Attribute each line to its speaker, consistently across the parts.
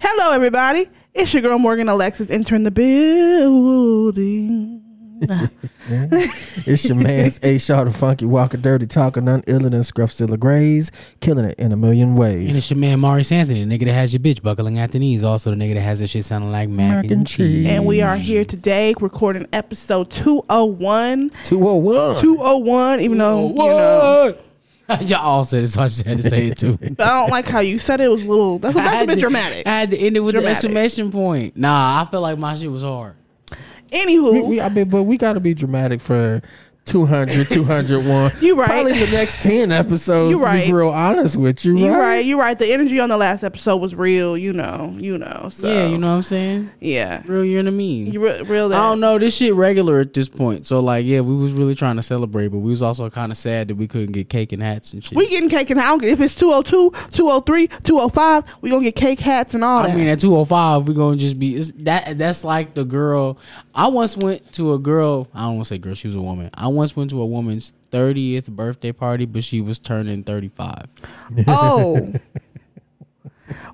Speaker 1: Hello, everybody. It's your girl Morgan Alexis, entering the building.
Speaker 2: It's your man's A Shaw the Funky Walker Dirty Talker, none iller than Scruffzilla Grays, killing it in a million
Speaker 3: And
Speaker 2: ways.
Speaker 3: it's your man Maurice Anthony, the nigga that has your bitch buckling at the knees. Also, the nigga that has that shit sounding like mac,
Speaker 2: Mac
Speaker 3: and,
Speaker 2: and
Speaker 3: cheese.
Speaker 2: cheese.
Speaker 1: And we are here today recording episode 201.
Speaker 2: 201.
Speaker 1: 201, even though, oh you
Speaker 3: oh
Speaker 1: know.
Speaker 3: Y'all all said it, so I just had to say it too.
Speaker 1: But I don't like how you said it was a little, that's,
Speaker 3: I
Speaker 1: that's a
Speaker 3: had
Speaker 1: bit
Speaker 3: to-
Speaker 1: dramatic.
Speaker 3: I had to end it with
Speaker 1: Dramatic.
Speaker 3: the exclamation point. Nah, I feel like my shit was hard.
Speaker 2: We,
Speaker 1: Anywho,
Speaker 2: we, I mean, but we got to be dramatic for 200, 201.
Speaker 1: You right.
Speaker 2: Probably the next 10 episodes.
Speaker 1: You
Speaker 2: to
Speaker 1: right.
Speaker 2: Be real honest with you,
Speaker 1: you're
Speaker 2: right?
Speaker 1: right. You're right. The energy on the last episode was real, you know, you know. So,
Speaker 3: Yeah, you know what I'm saying?
Speaker 1: Yeah.
Speaker 3: Real, you're in a mean.
Speaker 1: You re- real that.
Speaker 3: I don't know. This shit regular at this point. So like, yeah, we was really trying to celebrate, but we was also kind of sad that we couldn't get cake and hats and shit.
Speaker 1: We getting cake and I don't get if it's 202, 203, 205, we gonna get cake hats and all that.
Speaker 3: I mean, at 205, we're going to just be it's, that. That's like the girl. I once went to a girl. I don't want to say girl. She was a woman. I once went to a woman's 30th birthday party, but she was turning 35.
Speaker 1: oh.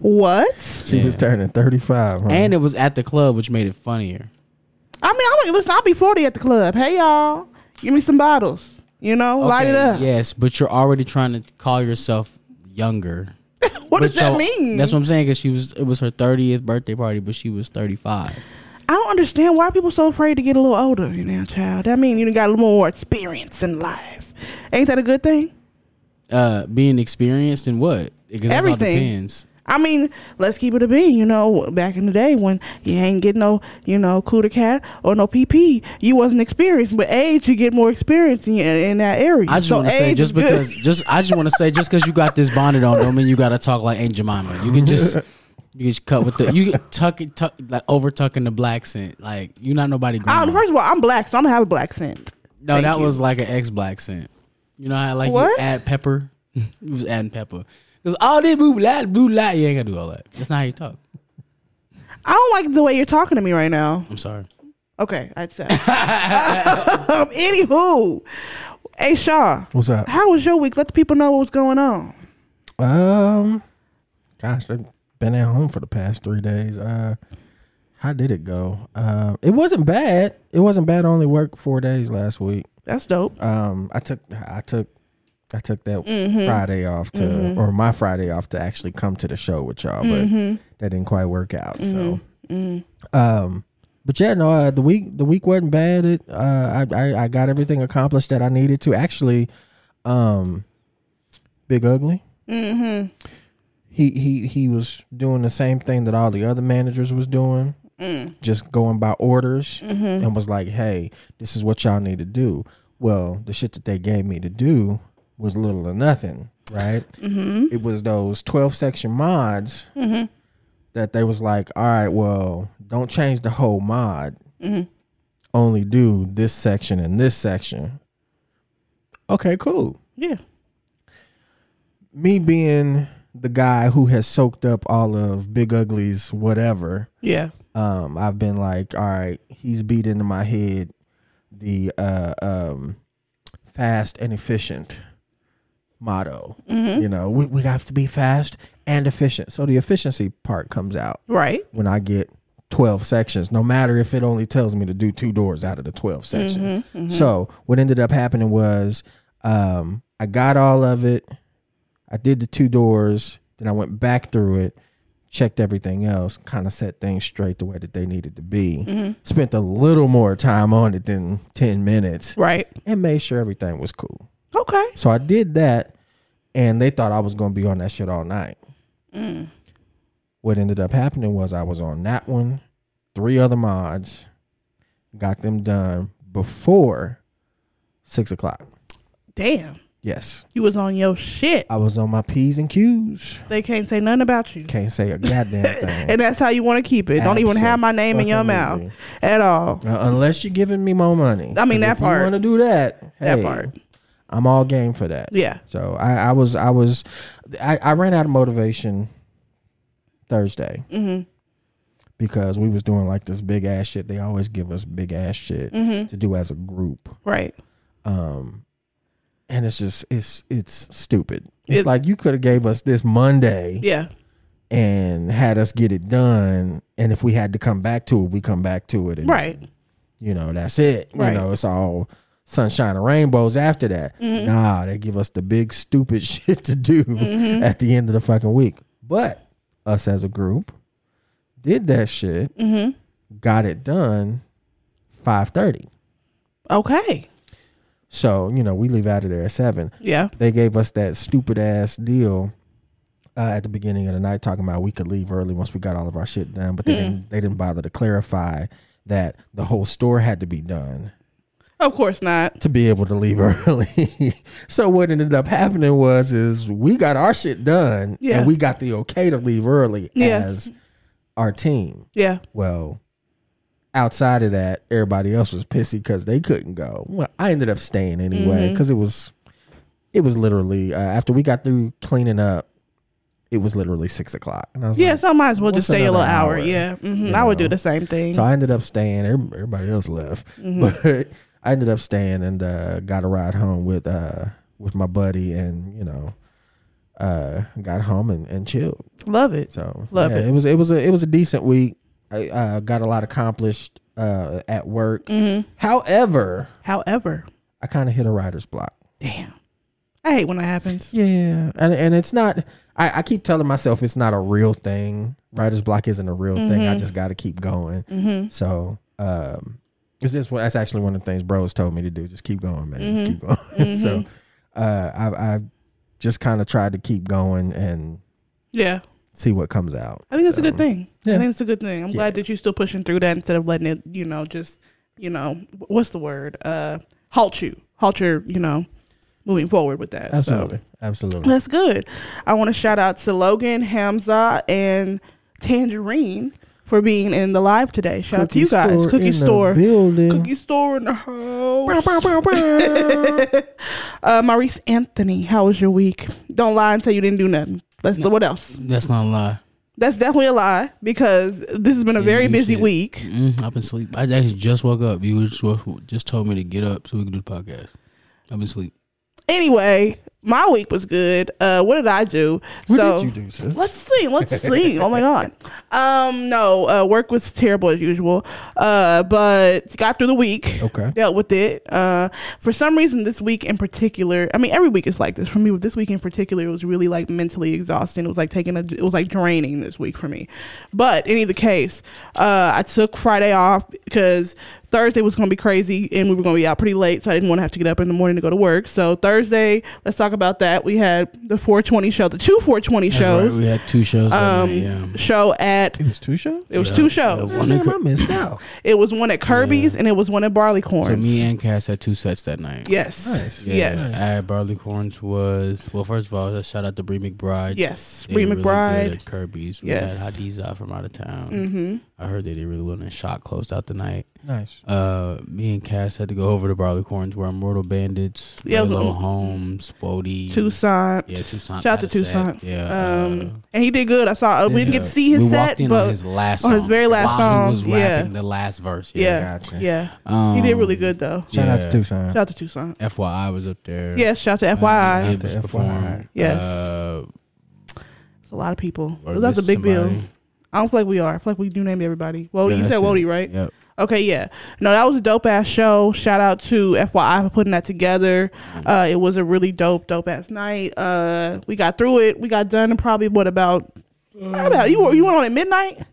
Speaker 1: what?
Speaker 2: She was
Speaker 3: Yeah.
Speaker 2: turning 35. Huh?
Speaker 3: And it was at the club, which made it funnier.
Speaker 1: I mean, I'm like, listen, I'll be 40 at the club. Hey y'all, give me some bottles. You know, light it
Speaker 3: Okay,
Speaker 1: up.
Speaker 3: Yes, but you're already trying to call yourself younger.
Speaker 1: What does
Speaker 3: But
Speaker 1: that
Speaker 3: y'all-
Speaker 1: mean?
Speaker 3: That's what I'm saying. Because she was, it was her 30th birthday party, but she was 35.
Speaker 1: I don't understand why people so afraid to get a little older, you know, child. That mean you done got a little more experience in life. Ain't that a good thing?
Speaker 3: Uh, being experienced in what? Because that's all
Speaker 1: Everything.
Speaker 3: depends.
Speaker 1: I mean, let's keep it a bean. You know, back in the day when you ain't get no, you know, cooler cat or no PP, you wasn't experienced. With age, you get more experience in, in that area.
Speaker 3: I just
Speaker 1: So
Speaker 3: want to say,
Speaker 1: age
Speaker 3: just
Speaker 1: is good.
Speaker 3: because, just I just want to say, just because you got this bonnet on, don't mean you got to talk like Aunt Jemima. You can just, you can just cut with the, you can tuck it, tuck like over tucking the black scent. Like you not nobody.
Speaker 1: Um,
Speaker 3: grandma.
Speaker 1: first of all, I'm black, so I'm gonna have a black scent.
Speaker 3: no,
Speaker 1: thank
Speaker 3: that
Speaker 1: you.
Speaker 3: was like an ex black scent. You know how like
Speaker 1: What?
Speaker 3: you add pepper, you was adding pepper. It was all this boo la boo la. You ain't gotta do all that. That's not how you talk.
Speaker 1: I don't like the way you're talking to me right now.
Speaker 3: I'm sorry.
Speaker 1: Okay, I'd say. um, anywho, hey Shaw,
Speaker 2: What's up?
Speaker 1: how was your week? Let the people know what was going on.
Speaker 2: Um, gosh, I've been at home for the past three days. Uh, how did it go? Uh, it wasn't bad. It wasn't bad. I only worked four days last week.
Speaker 1: That's dope.
Speaker 2: Um, I took, I took, I took that Friday off to, or my Friday off to actually come to the show with y'all, but that didn't quite work out. So, um, but yeah, no, uh, the week, the week wasn't bad. It, uh, I, I, I got everything accomplished that I needed to. Actually, um, Big Ugly
Speaker 1: Mm-hmm.
Speaker 2: he he he was doing the same thing that all the other managers was doing
Speaker 1: Mm.
Speaker 2: just going by orders
Speaker 1: Mhm.
Speaker 2: and was like hey this is what y'all need to do well the shit that they gave me to do was little or nothing right
Speaker 1: Mm-hmm.
Speaker 2: it was those 12 section mods
Speaker 1: Mm-hmm.
Speaker 2: that they was like all right well don't change the whole mod
Speaker 1: Mm-hmm.
Speaker 2: only do this section and this section okay cool
Speaker 1: Yeah.
Speaker 2: me being the guy who has soaked up all of big ugly's whatever
Speaker 1: Yeah.
Speaker 2: um i've been like all right he's beat into my head the uh um fast and efficient motto you know we, we have to be fast and efficient so the efficiency part comes out
Speaker 1: Right.
Speaker 2: when i get 12 sections no matter if it only tells me to do two doors out of the 12 sections
Speaker 1: Mm-hmm.
Speaker 2: so what ended up happening was um i got all of it i did the two doors then i went back through it checked everything else, kind of set things straight the way that they needed to be. Spent a little more time on it than 10 minutes
Speaker 1: Right.
Speaker 2: and made sure everything was cool.
Speaker 1: Okay.
Speaker 2: So I did that and they thought I was going to be on that shit all night. What ended up happening was I was on that one, three other mods, got them done before six o'clock.
Speaker 1: Damn.
Speaker 2: Yes,
Speaker 1: You was on your shit.
Speaker 2: I was on my P's and Q's.
Speaker 1: They can't say nothing about you.
Speaker 2: Can't say a goddamn thing.
Speaker 1: And that's how you want to keep it. Don't even have my name in your mouth
Speaker 2: Absolutely.
Speaker 1: at all.
Speaker 2: Uh, unless you're giving me more money.
Speaker 1: I mean,
Speaker 2: 'Cause
Speaker 1: that
Speaker 2: if
Speaker 1: part.
Speaker 2: You want to do that?
Speaker 1: That
Speaker 2: hey,
Speaker 1: part.
Speaker 2: I'm all game for that.
Speaker 1: Yeah.
Speaker 2: So I, I was, I was, I, I ran out of motivation Thursday
Speaker 1: Mm-hmm.
Speaker 2: because we was doing like this big ass shit. They always give us big ass shit
Speaker 1: Mm-hmm.
Speaker 2: to do as a group.
Speaker 1: Right.
Speaker 2: Um, and it's just, it's, it's stupid. It's
Speaker 1: It-
Speaker 2: like you could have gave us this Monday
Speaker 1: Yeah.
Speaker 2: and had us get it done. And if we had to come back to it, we come back to it. And,
Speaker 1: Right.
Speaker 2: You know, that's it.
Speaker 1: Right.
Speaker 2: You know, it's all sunshine and rainbows after that.
Speaker 1: Mm-hmm.
Speaker 2: Nah, they give us the big stupid shit to do
Speaker 1: Mm-hmm.
Speaker 2: at the end of the fucking week. But us as a group did that shit,
Speaker 1: Mm-hmm.
Speaker 2: got it done five thirty.
Speaker 1: Okay.
Speaker 2: So, you know, we leave out of there at seven
Speaker 1: Yeah.
Speaker 2: they gave us that stupid ass deal uh, at the beginning of the night talking about we could leave early once we got all of our shit done,
Speaker 1: Hmm.
Speaker 2: but they didn't they didn't bother to clarify that the whole store had to be done
Speaker 1: Of course not.
Speaker 2: to be able to leave early. so what ended up happening was is we got our shit done
Speaker 1: Yeah.
Speaker 2: and we got the okay to leave early
Speaker 1: Yeah.
Speaker 2: as our team.
Speaker 1: Yeah.
Speaker 2: Well, outside of that, everybody else was pissy because they couldn't go. Well, I ended up staying anyway because it was, it was literally uh, after we got through cleaning up, it was literally six o'clock, and I was
Speaker 1: Yeah.
Speaker 2: like,
Speaker 1: So I might as well just
Speaker 2: what's
Speaker 1: stay a little
Speaker 2: another
Speaker 1: hour.
Speaker 2: hour?
Speaker 1: Yeah. hmm
Speaker 2: You
Speaker 1: I would
Speaker 2: know.
Speaker 1: do the same thing.
Speaker 2: so I ended up staying. Every- Everybody else left, but I ended up staying and uh, got a ride home with uh, with my buddy, and you know, uh, got home and, and chilled.
Speaker 1: Love it.
Speaker 2: So
Speaker 1: Love
Speaker 2: yeah,
Speaker 1: it.
Speaker 2: it. was it was a it was a decent week. I uh, got a lot accomplished uh, at work. However,
Speaker 1: However,
Speaker 2: I kind of hit a writer's block.
Speaker 1: damn. I hate when that happens.
Speaker 2: Yeah, and and it's not. I, I keep telling myself it's not a real thing. Writer's block isn't a real thing. I just got to keep going. So um, it's just what that's actually one of the things bros told me to do. Just keep going, man. Just keep going. so uh, I I just kind of tried to keep going and
Speaker 1: Yeah.
Speaker 2: see what comes out.
Speaker 1: I think that's a good thing. I
Speaker 2: yeah.
Speaker 1: think it's a good thing. I'm glad
Speaker 2: Yeah.
Speaker 1: that you're still pushing through that instead of letting it, you know, just, you know, wh- what's the word? Uh, halt you, halt your, you know, moving forward with that.
Speaker 2: Absolutely,
Speaker 1: So
Speaker 2: absolutely.
Speaker 1: that's good. I want to shout out to Logan, Hamza, and Tangerine for being in the live today. Shout out to you guys.
Speaker 2: store
Speaker 1: Cookie
Speaker 2: in the
Speaker 1: store.
Speaker 2: building.
Speaker 1: Cookie store in the house. uh, Maurice Anthony, how was your week? Don't lie and say you didn't do nothing. That's the what else?
Speaker 3: That's not a lie.
Speaker 1: That's definitely a lie because this has been a very
Speaker 3: you
Speaker 1: busy
Speaker 3: should.
Speaker 1: week.
Speaker 3: Mm, I've been asleep. I actually just woke up. You just, just told me to get up so we can do the podcast. I've been asleep.
Speaker 1: Anyway, my week was good. Uh, what did I do?
Speaker 2: What
Speaker 1: so
Speaker 2: did you do, sis?
Speaker 1: let's see. Let's see. Oh my god. Um, no, uh, work was terrible as usual. Uh, but got through the week.
Speaker 2: Okay.
Speaker 1: dealt with it. Uh, for some reason, this week in particular, I mean, every week is like this for me, but this week in particular, it was really like mentally exhausting. It was like taking a, it was like draining this week for me. But in either case, uh, I took Friday off because Thursday was going to be crazy and we were going to be out pretty late, so I didn't want to have to get up in the morning to go to work. So Thursday, let's talk about that. We had the 420 show, the two 420
Speaker 3: That's right,
Speaker 1: shows.
Speaker 3: We had two shows. that
Speaker 1: Um,
Speaker 3: night, yeah.
Speaker 1: show at
Speaker 2: It was two shows.
Speaker 1: it was two shows.
Speaker 3: yeah, one
Speaker 2: Damn,
Speaker 3: at-
Speaker 2: I missed out.
Speaker 1: It was one at Kirby's and it was one at Barleycorns.
Speaker 3: So me and Cass had two sets that night.
Speaker 1: yes,
Speaker 2: Nice.
Speaker 3: Yeah,
Speaker 1: yes.
Speaker 3: At Barleycorns was well. First of all, let's shout out to Bree McBride.
Speaker 1: Yes,
Speaker 3: They
Speaker 1: Bree
Speaker 3: really good
Speaker 1: McBride.
Speaker 3: at Kirby's. We
Speaker 1: Yes.
Speaker 3: had Hadiza from out of town. Mm-hmm. I heard they did really well and shot closed out the night.
Speaker 2: Nice.
Speaker 3: Uh, me and Cass had to go over to Barleycorns where Immortal Bandits,
Speaker 1: Yeah,
Speaker 3: yeah,
Speaker 1: it was-
Speaker 3: Raylo Holmes, Bodie,
Speaker 1: Tucson.
Speaker 3: Yeah, Tucson.
Speaker 1: Shout out to
Speaker 3: had a set.
Speaker 1: Tucson.
Speaker 3: Yeah.
Speaker 1: Um,
Speaker 3: uh,
Speaker 1: and he did good. I saw. Uh, we didn't get to
Speaker 2: yeah.
Speaker 1: see his
Speaker 3: we walked
Speaker 1: set,
Speaker 3: in
Speaker 1: but
Speaker 3: on his last
Speaker 1: on his
Speaker 3: song
Speaker 1: very last
Speaker 3: while
Speaker 1: song,
Speaker 3: He was
Speaker 1: yeah.
Speaker 3: rapping the last verse.
Speaker 1: yeah,
Speaker 3: Yeah.
Speaker 1: yeah,
Speaker 2: Gotcha.
Speaker 1: he did
Speaker 3: Um,
Speaker 1: really good though.
Speaker 2: Shout out to
Speaker 3: yeah.
Speaker 2: Tucson.
Speaker 1: Shout out to Tucson.
Speaker 3: FYI was up there.
Speaker 1: Yeah, shout out to
Speaker 3: Uh,
Speaker 1: FYI.
Speaker 3: Gibbs
Speaker 2: Shout out to
Speaker 3: performed.
Speaker 2: FYI.
Speaker 1: Yes.
Speaker 3: Uh,
Speaker 1: It's a lot of people.
Speaker 3: or
Speaker 1: That's a
Speaker 3: missed
Speaker 1: big bill.
Speaker 3: somebody.
Speaker 1: I don't feel like we are. I feel like we do name everybody. Well,
Speaker 3: Yeah,
Speaker 1: you said
Speaker 3: that's it.
Speaker 1: Wody, right?
Speaker 3: Yep.
Speaker 1: Okay, yeah. No, that was a dope ass show. Shout out to FYI for putting that together.
Speaker 3: Mm-hmm.
Speaker 1: Uh, it was a really dope, dope ass night. Uh, we got through it. We got done in probably what about? What about you? Were, you went on at midnight.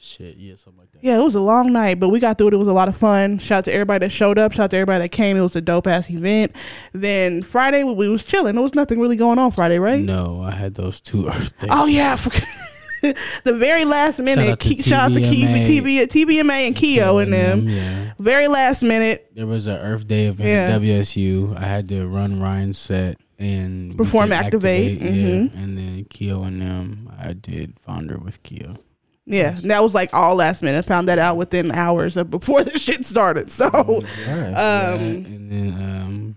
Speaker 3: Shit. Yeah. Something like that.
Speaker 1: Yeah, it was a long night, but we got through it. It was a lot of fun. Shout out to everybody that showed up. Shout out to everybody that came. It was a dope ass event. Then Friday we, we was chilling. There was nothing really going on Friday, right?
Speaker 3: No, I had those two Earth Days.
Speaker 1: Oh yeah, I forgot. the very last minute.
Speaker 3: out to
Speaker 1: Ke- shout out to
Speaker 3: TBMA.
Speaker 1: TB, TBMA and Keo and them.
Speaker 3: Yeah.
Speaker 1: Very last minute
Speaker 3: There was an Earth Day event at WSU. I had to run Ryan's set and
Speaker 1: Perform
Speaker 3: Weekend
Speaker 1: Activate, mm-hmm.
Speaker 3: Yeah. And then Keo and them, I did Founder with Keo.
Speaker 1: Yeah, and that was like all last minute. Found that out within hours of before the shit started. So, uh,
Speaker 2: Nice.
Speaker 3: Um, and then um,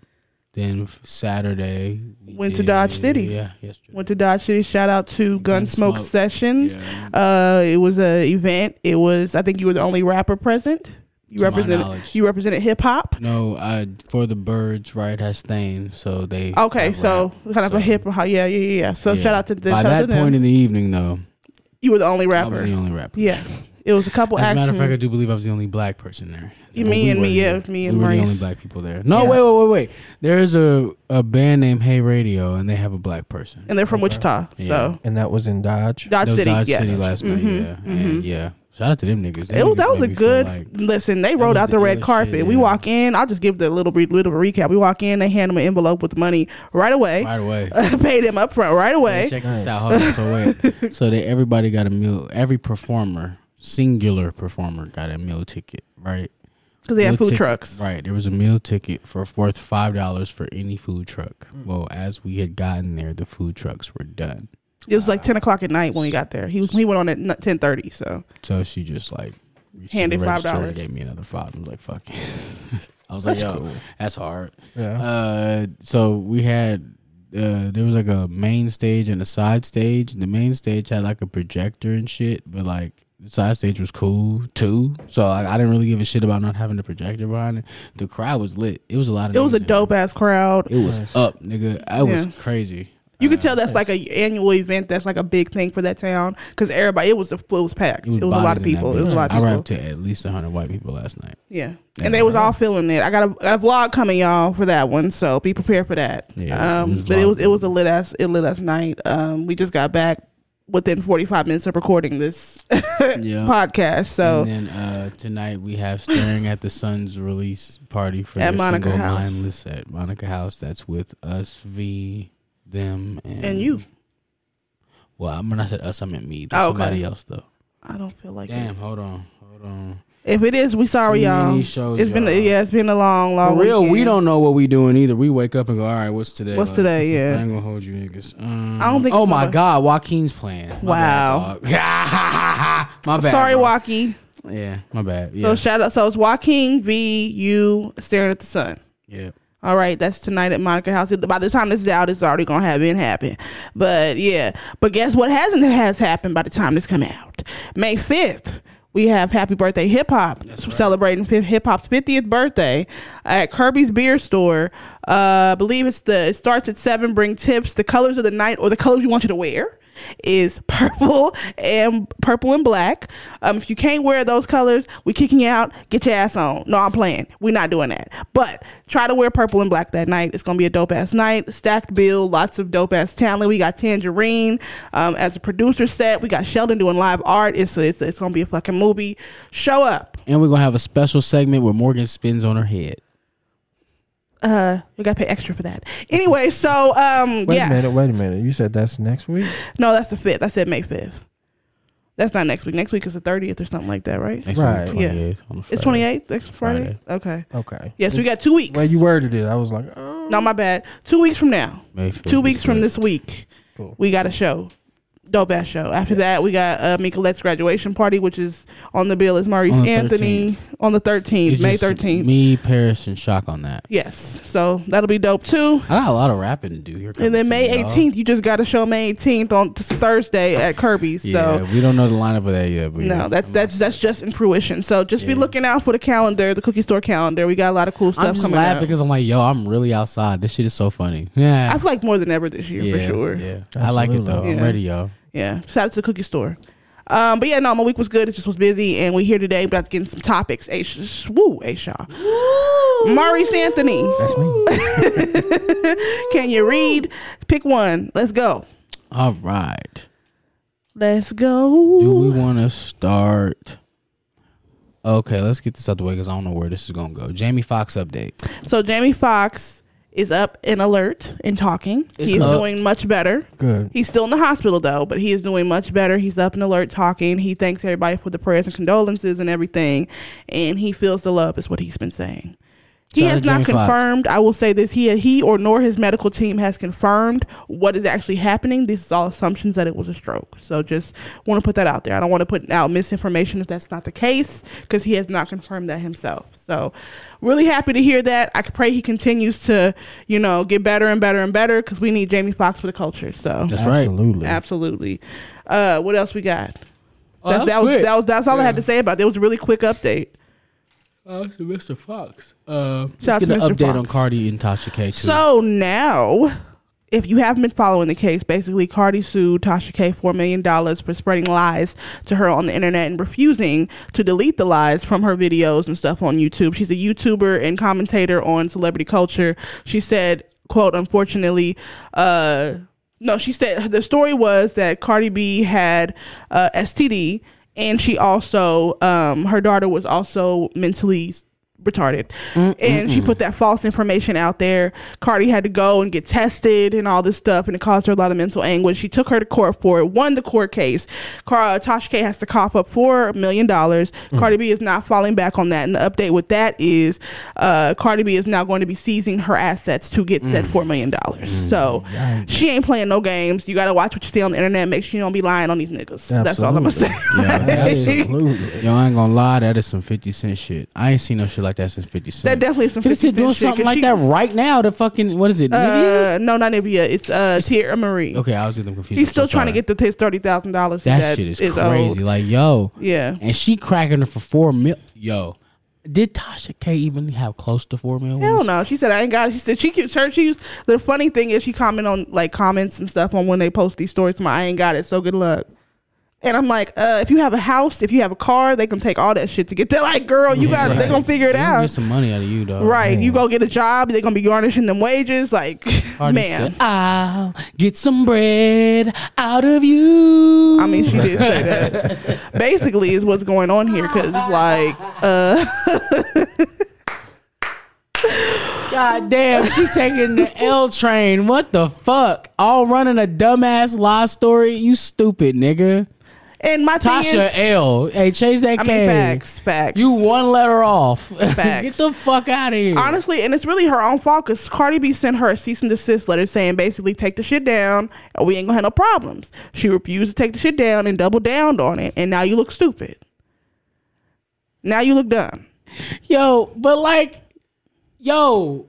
Speaker 3: then f- Saturday we
Speaker 1: Went to Dodge City.
Speaker 3: Yeah, yesterday.
Speaker 1: Went to Dodge City. Shout out to Gunsmoke,
Speaker 3: Gunsmoke.
Speaker 1: Sessions.
Speaker 3: Yeah.
Speaker 1: Uh, it was an event. It was. I think you were the only rapper present. You
Speaker 3: To my
Speaker 1: represented.
Speaker 3: knowledge.
Speaker 1: You represented hip hop.
Speaker 3: no, I for the birds, right? Has Thane, so they
Speaker 1: Okay,
Speaker 3: I
Speaker 1: so
Speaker 3: rap,
Speaker 1: kind of
Speaker 3: so-
Speaker 1: a hip hop. Yeah, yeah, yeah. So
Speaker 3: yeah.
Speaker 1: shout out to, the,
Speaker 3: by
Speaker 1: shout out
Speaker 3: that
Speaker 1: to
Speaker 3: point
Speaker 1: them.
Speaker 3: in the evening though.
Speaker 1: You were the only
Speaker 3: I was the
Speaker 1: rapper.
Speaker 3: only rapper.
Speaker 1: Yeah. It was a couple
Speaker 3: As a matter
Speaker 1: action.
Speaker 3: of fact, I do believe I was the only black person there.
Speaker 1: You- me and
Speaker 3: were
Speaker 1: me, yeah,
Speaker 3: the-
Speaker 1: me and
Speaker 3: we were the only
Speaker 1: Maurice.
Speaker 3: black people there. No,
Speaker 1: Yeah.
Speaker 3: wait, wait, wait, wait. There is a, a band named Hey Radio, and they have a black person.
Speaker 1: and they're from Wichita. So
Speaker 2: and that was in
Speaker 1: Dodge
Speaker 2: Dodge.
Speaker 3: That was
Speaker 1: City,
Speaker 3: Dodge
Speaker 1: yes.
Speaker 3: City last night.
Speaker 1: Mhm,
Speaker 3: Yeah, and yeah. Shout out to them niggas. Them
Speaker 1: It was,
Speaker 3: niggas
Speaker 1: that was
Speaker 3: made
Speaker 1: a
Speaker 3: me feel
Speaker 1: good
Speaker 3: like-
Speaker 1: listen. They rolled
Speaker 3: was
Speaker 1: out
Speaker 3: the
Speaker 1: the red
Speaker 3: illest
Speaker 1: carpet.
Speaker 3: shit,
Speaker 1: we
Speaker 3: yeah.
Speaker 1: walk in. I'll just give the little brief- little recap. We walk in. They hand them an envelope with money right away.
Speaker 3: right away.
Speaker 1: Pay them up front right away.
Speaker 3: Check this out. Hold on. So wait. so they everybody got a meal. Every performer, singular performer, got a meal ticket. Right.
Speaker 1: Because they
Speaker 3: Meal
Speaker 1: have food
Speaker 3: ticket-
Speaker 1: trucks.
Speaker 3: Right. There was a meal ticket for worth five dollars for any food truck.
Speaker 1: Mm.
Speaker 3: Well, as we had gotten there, the food trucks were done.
Speaker 1: It was like ten o'clock at night when we got there. He was he went on at ten thirty. So
Speaker 3: So she just like reached to
Speaker 1: Handed
Speaker 3: the register
Speaker 1: $5.
Speaker 3: and Gave me another five. I was like, fuck. it. I was like, yo, that's hard.
Speaker 2: Yeah.
Speaker 3: Uh, so we had uh, there was like a main stage and a side stage. The main stage had like a projector and shit, but like the side stage was cool too. So like, I didn't really give a shit about not having the projector behind it. The crowd was lit. It was a lot of.
Speaker 1: it was
Speaker 3: niggas
Speaker 1: a
Speaker 3: in
Speaker 1: dope ass crowd.
Speaker 3: there. It was up, nigga. I was
Speaker 1: Yeah.
Speaker 3: crazy.
Speaker 1: You could tell that's like a annual event. That's like a big thing for that town because everybody. It was the it was packed. It was, a lot of
Speaker 3: bodies in that
Speaker 1: people. It was a
Speaker 3: bitch.
Speaker 1: lot of
Speaker 3: I
Speaker 1: people.
Speaker 3: rapped to at least hundred white people last night.
Speaker 1: Yeah. And they was all feeling it. I got a, got a vlog coming, y'all, for that one. So be prepared for that.
Speaker 3: Yeah,
Speaker 1: um,
Speaker 3: it was
Speaker 1: but it was
Speaker 3: vlog.
Speaker 1: it was a lit ass it lit ass night. Um, we just got back within forty five minutes of recording this
Speaker 3: Yeah.
Speaker 1: podcast. So
Speaker 3: And then uh, tonight we have staring at the sun's release party for
Speaker 1: At
Speaker 3: their
Speaker 1: Monica
Speaker 3: single
Speaker 1: House.
Speaker 3: Mindless at Monica House. That's with us, V, them, and,
Speaker 1: and you,
Speaker 3: Well, I- when I said us, I meant me. That's
Speaker 1: Oh, okay.
Speaker 3: somebody else though.
Speaker 1: I don't feel like it.
Speaker 3: Damn, hold on, hold on.
Speaker 1: If it is, we sorry,
Speaker 3: Too
Speaker 1: y'all.
Speaker 3: many
Speaker 1: It's
Speaker 3: shows,
Speaker 1: been
Speaker 3: y'all.
Speaker 1: yeah, it's been a long, long.
Speaker 3: For real, we
Speaker 1: weekend.
Speaker 3: don't know what we doing either. We wake up and go, all right, what's today?
Speaker 1: What's today?
Speaker 3: I
Speaker 1: Yeah.
Speaker 3: ain't gonna hold you niggas. Um,
Speaker 1: I don't think
Speaker 3: Oh
Speaker 1: it's
Speaker 3: my
Speaker 1: over.
Speaker 3: God, Joaquin's playing. My
Speaker 1: Wow.
Speaker 3: Bad, dog. my bad.
Speaker 1: sorry,
Speaker 3: bro.
Speaker 1: Waki.
Speaker 3: Yeah, my bad.
Speaker 1: So
Speaker 3: Yeah.
Speaker 1: shout out. So it's Joaquin V. You staring at the sun.
Speaker 3: yeah.
Speaker 1: All right, that's tonight at Monica House. By the time this is out, it's already gonna have been happen. But yeah, but guess what hasn't has happened by the time this come out? May fifth, we have Happy Birthday Hip Hop celebrating hip hop's fiftieth birthday at Kirby's Beer Store. Uh, I believe it's the it starts at seven. Bring tips. The colors of the night or the colors we want you to wear is purple and purple and black. Um, if you can't wear those colors, we kicking you out. Get your ass on. No, I'm playing. We're not doing that. But try to wear purple and black that night. It's gonna be a dope ass night. Stacked bill, lots of dope ass talent. We got Tangerine um, as a producer set. We got Sheldon doing live art. It's it's, it's gonna be a fucking movie. Show up.
Speaker 3: And we're gonna have a special segment where Morgan spins on her head.
Speaker 1: Uh, you gotta pay extra for that. Anyway, so um,
Speaker 2: Wait
Speaker 1: yeah.
Speaker 2: a minute. Wait a minute. You said that's next week.
Speaker 1: No, that's the fifth. I said May fifth. That's not next week. Next week is the thirtieth or something like that, right?
Speaker 3: Next week,
Speaker 2: Right.
Speaker 3: 28th on a
Speaker 1: It's twenty
Speaker 3: Friday.
Speaker 1: eighth next Friday. Okay.
Speaker 2: Okay.
Speaker 1: Yes, we got two weeks.
Speaker 2: Well, you worded it. I was like, oh.
Speaker 1: no, my bad. Two weeks from now.
Speaker 3: May 5th,
Speaker 1: Two weeks from
Speaker 3: week.
Speaker 1: this week,
Speaker 2: Cool.
Speaker 1: we got a show. Dope ass show. After that, we got uh, Michelette's graduation party, which is on the bill. It's Maurice
Speaker 3: On the
Speaker 1: Anthony
Speaker 3: 13th.
Speaker 1: on the 13th,
Speaker 3: It's
Speaker 1: May
Speaker 3: just
Speaker 1: 13th.
Speaker 3: Me, Paris, and Shock on that.
Speaker 1: yes. So that'll be dope too.
Speaker 3: I got a lot of rapping to do here.
Speaker 1: And then May 18th, you just got a show May 18th on this Thursday at Kirby's.
Speaker 3: Yeah,
Speaker 1: so
Speaker 3: we don't know the lineup of that yet. But yeah.
Speaker 1: No, that's that's that's just in fruition. So just be looking out for the calendar, the cookie store calendar. We got a lot of cool stuff
Speaker 3: I'm just
Speaker 1: coming
Speaker 3: laughing
Speaker 1: up.
Speaker 3: because I'm like, yo, I'm really outside. This shit is so funny. Yeah,
Speaker 1: I feel like more than ever this year
Speaker 3: yeah,
Speaker 1: for sure.
Speaker 3: Yeah, I like it though.
Speaker 2: Absolutely.
Speaker 3: I'm
Speaker 1: Yeah.
Speaker 3: ready, y'all.
Speaker 1: Yeah. Shout out to the cookie store. Um, but yeah, no, my week was good. It just was busy, and we here today. We're about to get into some topics. A woo, A Shaw, Maurice Anthony.
Speaker 2: That's me.
Speaker 1: Can you read? Pick one. Let's go.
Speaker 3: All right.
Speaker 1: Let's
Speaker 3: Do we
Speaker 1: go.
Speaker 3: want to start? Okay, let's get this out the way because I don't know where this is gonna go. Jamie Foxx update.
Speaker 1: So Jamie Foxx is up and alert and talking.
Speaker 3: It's
Speaker 1: He is
Speaker 3: up.
Speaker 1: doing much better.
Speaker 2: Good.
Speaker 1: He's still in the hospital though, but he is doing much better. He's up and alert talking. He thanks everybody for the prayers and condolences and everything. And he feels the love is what he's been saying. He
Speaker 3: Shout
Speaker 1: has
Speaker 3: out
Speaker 1: not
Speaker 3: Jamie Foxx.
Speaker 1: confirmed. I will say this: he, he, or nor his medical team has confirmed what is actually happening. This is all assumptions that it was a stroke. So, just want to put that out there. I don't want to put out misinformation if that's not the case, because he has not confirmed that himself. So, really happy to hear that. I pray he continues to, you know, get better and better and better, because we need Jamie Foxx for the culture. So,
Speaker 3: That's right.
Speaker 2: Absolutely.
Speaker 1: Absolutely. Uh, what else we got?
Speaker 3: Oh,
Speaker 1: that,
Speaker 3: that's
Speaker 1: that was
Speaker 3: quick.
Speaker 1: that was that's all I had to say about. It It was a really quick update.
Speaker 3: Uh, to Mr. Fox. Uh,
Speaker 1: Shout
Speaker 3: let's get
Speaker 1: out
Speaker 3: an
Speaker 1: to Mr.
Speaker 3: update on
Speaker 1: Fox.
Speaker 3: Cardi and Tasha K. Too.
Speaker 1: So now if you haven't been following the case, basically Cardi sued Tasha K four million dollars for spreading lies to her on the internet and refusing to delete the lies from her videos and stuff on YouTube. She's a YouTuber and commentator on celebrity culture. She said, "quote Unfortunately, uh, no." She said the story was that Cardi B had uh, STD and she also um, her daughter was also mentally retarded.
Speaker 3: Mm,
Speaker 1: And she put that false information out there. Cardi had to go and get tested and all this stuff, and it caused her a lot of mental anguish. She took her to court for it, won the court case. Car- uh, Tasha K has to cough up $4 million.
Speaker 3: Mm.
Speaker 1: Cardi B is not falling back on that. And the update with that is uh, Cardi B is now going to be seizing her assets to get
Speaker 3: Mm.
Speaker 1: said $4 million. So she ain't playing no games. You got to watch what you see on the internet. Make sure you don't be lying on these niggas. That's all I'm going to say.
Speaker 2: Absolutely.
Speaker 3: Yo, I ain't gonna lie, that is some 50 cent shit. I ain't seen no shit like that since 50 cent.
Speaker 1: That definitely is some 50
Speaker 3: This is
Speaker 1: Cent
Speaker 3: doing
Speaker 1: shit, 'cause
Speaker 3: something like
Speaker 1: she-
Speaker 3: that right now. The fucking, what is it? Nivea?
Speaker 1: Uh, no, not Nivea. It's uh, Tierra Marie.
Speaker 3: Okay, I was getting confused.
Speaker 1: He's
Speaker 3: I'm
Speaker 1: still
Speaker 3: so
Speaker 1: trying to
Speaker 3: sorry.
Speaker 1: get the his thirty thousand dollars.
Speaker 3: that, shit is, crazy. Like, yo,
Speaker 1: Yeah,
Speaker 3: and she cracking her for four mil. Yo, did Tasha K even have close to four mil?
Speaker 1: hell
Speaker 3: views?
Speaker 1: no. She said I ain't got. It. She said she keeps her. She used the funny thing is she comment on like comments and stuff on when they post these stories. My I ain't got it. So good luck. And I'm like, uh, if you have a house, if you have a car, they can take all that shit to get there. Like, girl, you got. They
Speaker 3: Right.
Speaker 1: gonna figure it
Speaker 3: They gonna Get
Speaker 1: out.
Speaker 3: some money out of you, though.
Speaker 1: Right, you go get a job. They're gonna be garnishing them wages, like
Speaker 3: Cardi
Speaker 1: man.
Speaker 3: said, I'll get some bread out of you.
Speaker 1: I mean, she did say that. Basically, is what's going on here because it's like, uh,
Speaker 3: God damn, she's taking the L train. What the fuck? All running a dumbass lie story. You stupid nigga.
Speaker 1: and my thing is,
Speaker 3: Tasha L. Hey, change that
Speaker 1: I
Speaker 3: K.
Speaker 1: mean, facts, facts.
Speaker 3: You one letter off. Get
Speaker 1: Facts.
Speaker 3: the fuck out of here.
Speaker 1: Honestly, and it's really her own fault because Cardi B sent her a cease and desist letter saying basically take the shit down or we ain't gonna have no problems. She refused to take the shit down and double down on it, and now you look stupid. Now you look dumb.
Speaker 3: Yo, but like, yo,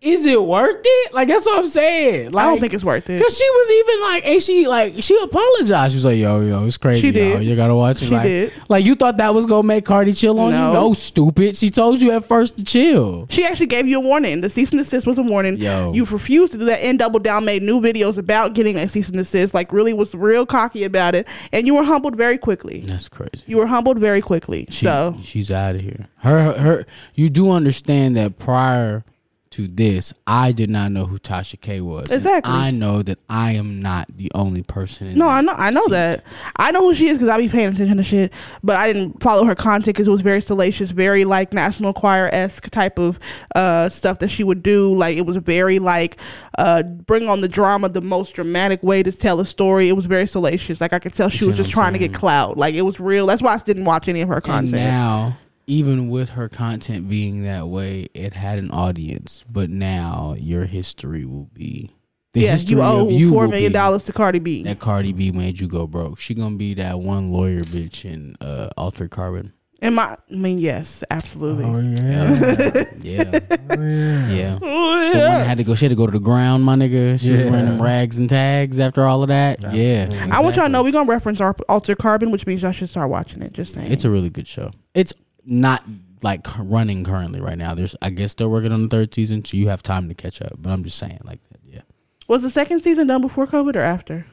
Speaker 3: is it worth it? Like that's what I'm saying. Like,
Speaker 1: I don't think it's worth it.
Speaker 3: Cause she was even like, and she like she apologized. She was like, "Yo, yo, it's crazy.
Speaker 1: She did.
Speaker 3: Yo. You gotta watch it."
Speaker 1: She
Speaker 3: like,
Speaker 1: did.
Speaker 3: like you thought that was gonna make Cardi chill on
Speaker 1: No.
Speaker 3: you? No, stupid. She told you at first to chill.
Speaker 1: She actually gave you a warning. The cease and desist was a warning.
Speaker 3: Yo.
Speaker 1: You've refused to do that and double down, made new videos about getting a cease and desist, like really was real cocky about it. And you were humbled very quickly.
Speaker 3: That's crazy.
Speaker 1: You were humbled very quickly.
Speaker 3: She-
Speaker 1: so
Speaker 3: she's out of here. Her her you do understand that prior to this, I did not know who Tasha K was. And
Speaker 1: Exactly.
Speaker 3: I know that I am not the only person. In
Speaker 1: No,
Speaker 3: that
Speaker 1: I know, I know
Speaker 3: seat.
Speaker 1: that. I know who she is because I be paying attention to shit. But I didn't follow her content because it was very salacious, very like national choir esque type of uh, stuff that she would do. Like it was very like uh, bring on the drama, the most dramatic way to tell a story. It was very salacious. Like I could tell she
Speaker 3: see
Speaker 1: was
Speaker 3: what
Speaker 1: just
Speaker 3: I'm
Speaker 1: trying to
Speaker 3: saying?
Speaker 1: get clout. Like it was real. That's why I didn't watch any of her
Speaker 3: And
Speaker 1: content.
Speaker 3: now, even with her content being that way, it had an audience. But now your history will be the
Speaker 1: yeah,
Speaker 3: history
Speaker 1: you owe
Speaker 3: of you
Speaker 1: four
Speaker 3: will
Speaker 1: million
Speaker 3: be
Speaker 1: dollars to Cardi B.
Speaker 3: That Cardi B made you go broke. She gonna be that one lawyer bitch in uh, Altered Carbon.
Speaker 1: And my, I mean, yes, absolutely.
Speaker 2: Oh yeah.
Speaker 3: Yeah, yeah,
Speaker 2: Oh, yeah.
Speaker 3: yeah.
Speaker 1: Oh,
Speaker 3: The
Speaker 1: yeah.
Speaker 3: one that had to go, she had to go to the ground, my nigga. She was
Speaker 2: Yeah.
Speaker 3: wearing them rags and tags after all of that. Yeah,
Speaker 1: I want y'all to know
Speaker 3: exactly.
Speaker 1: we're gonna reference our Alter Carbon, which means y'all should start watching it. Just saying.
Speaker 3: It's a really good show. It's not like cu- running currently right now. There's, I guess, they're working on the third season, so you have time to catch up. But I'm just saying, like, yeah,
Speaker 1: Was the second season done before COVID or after?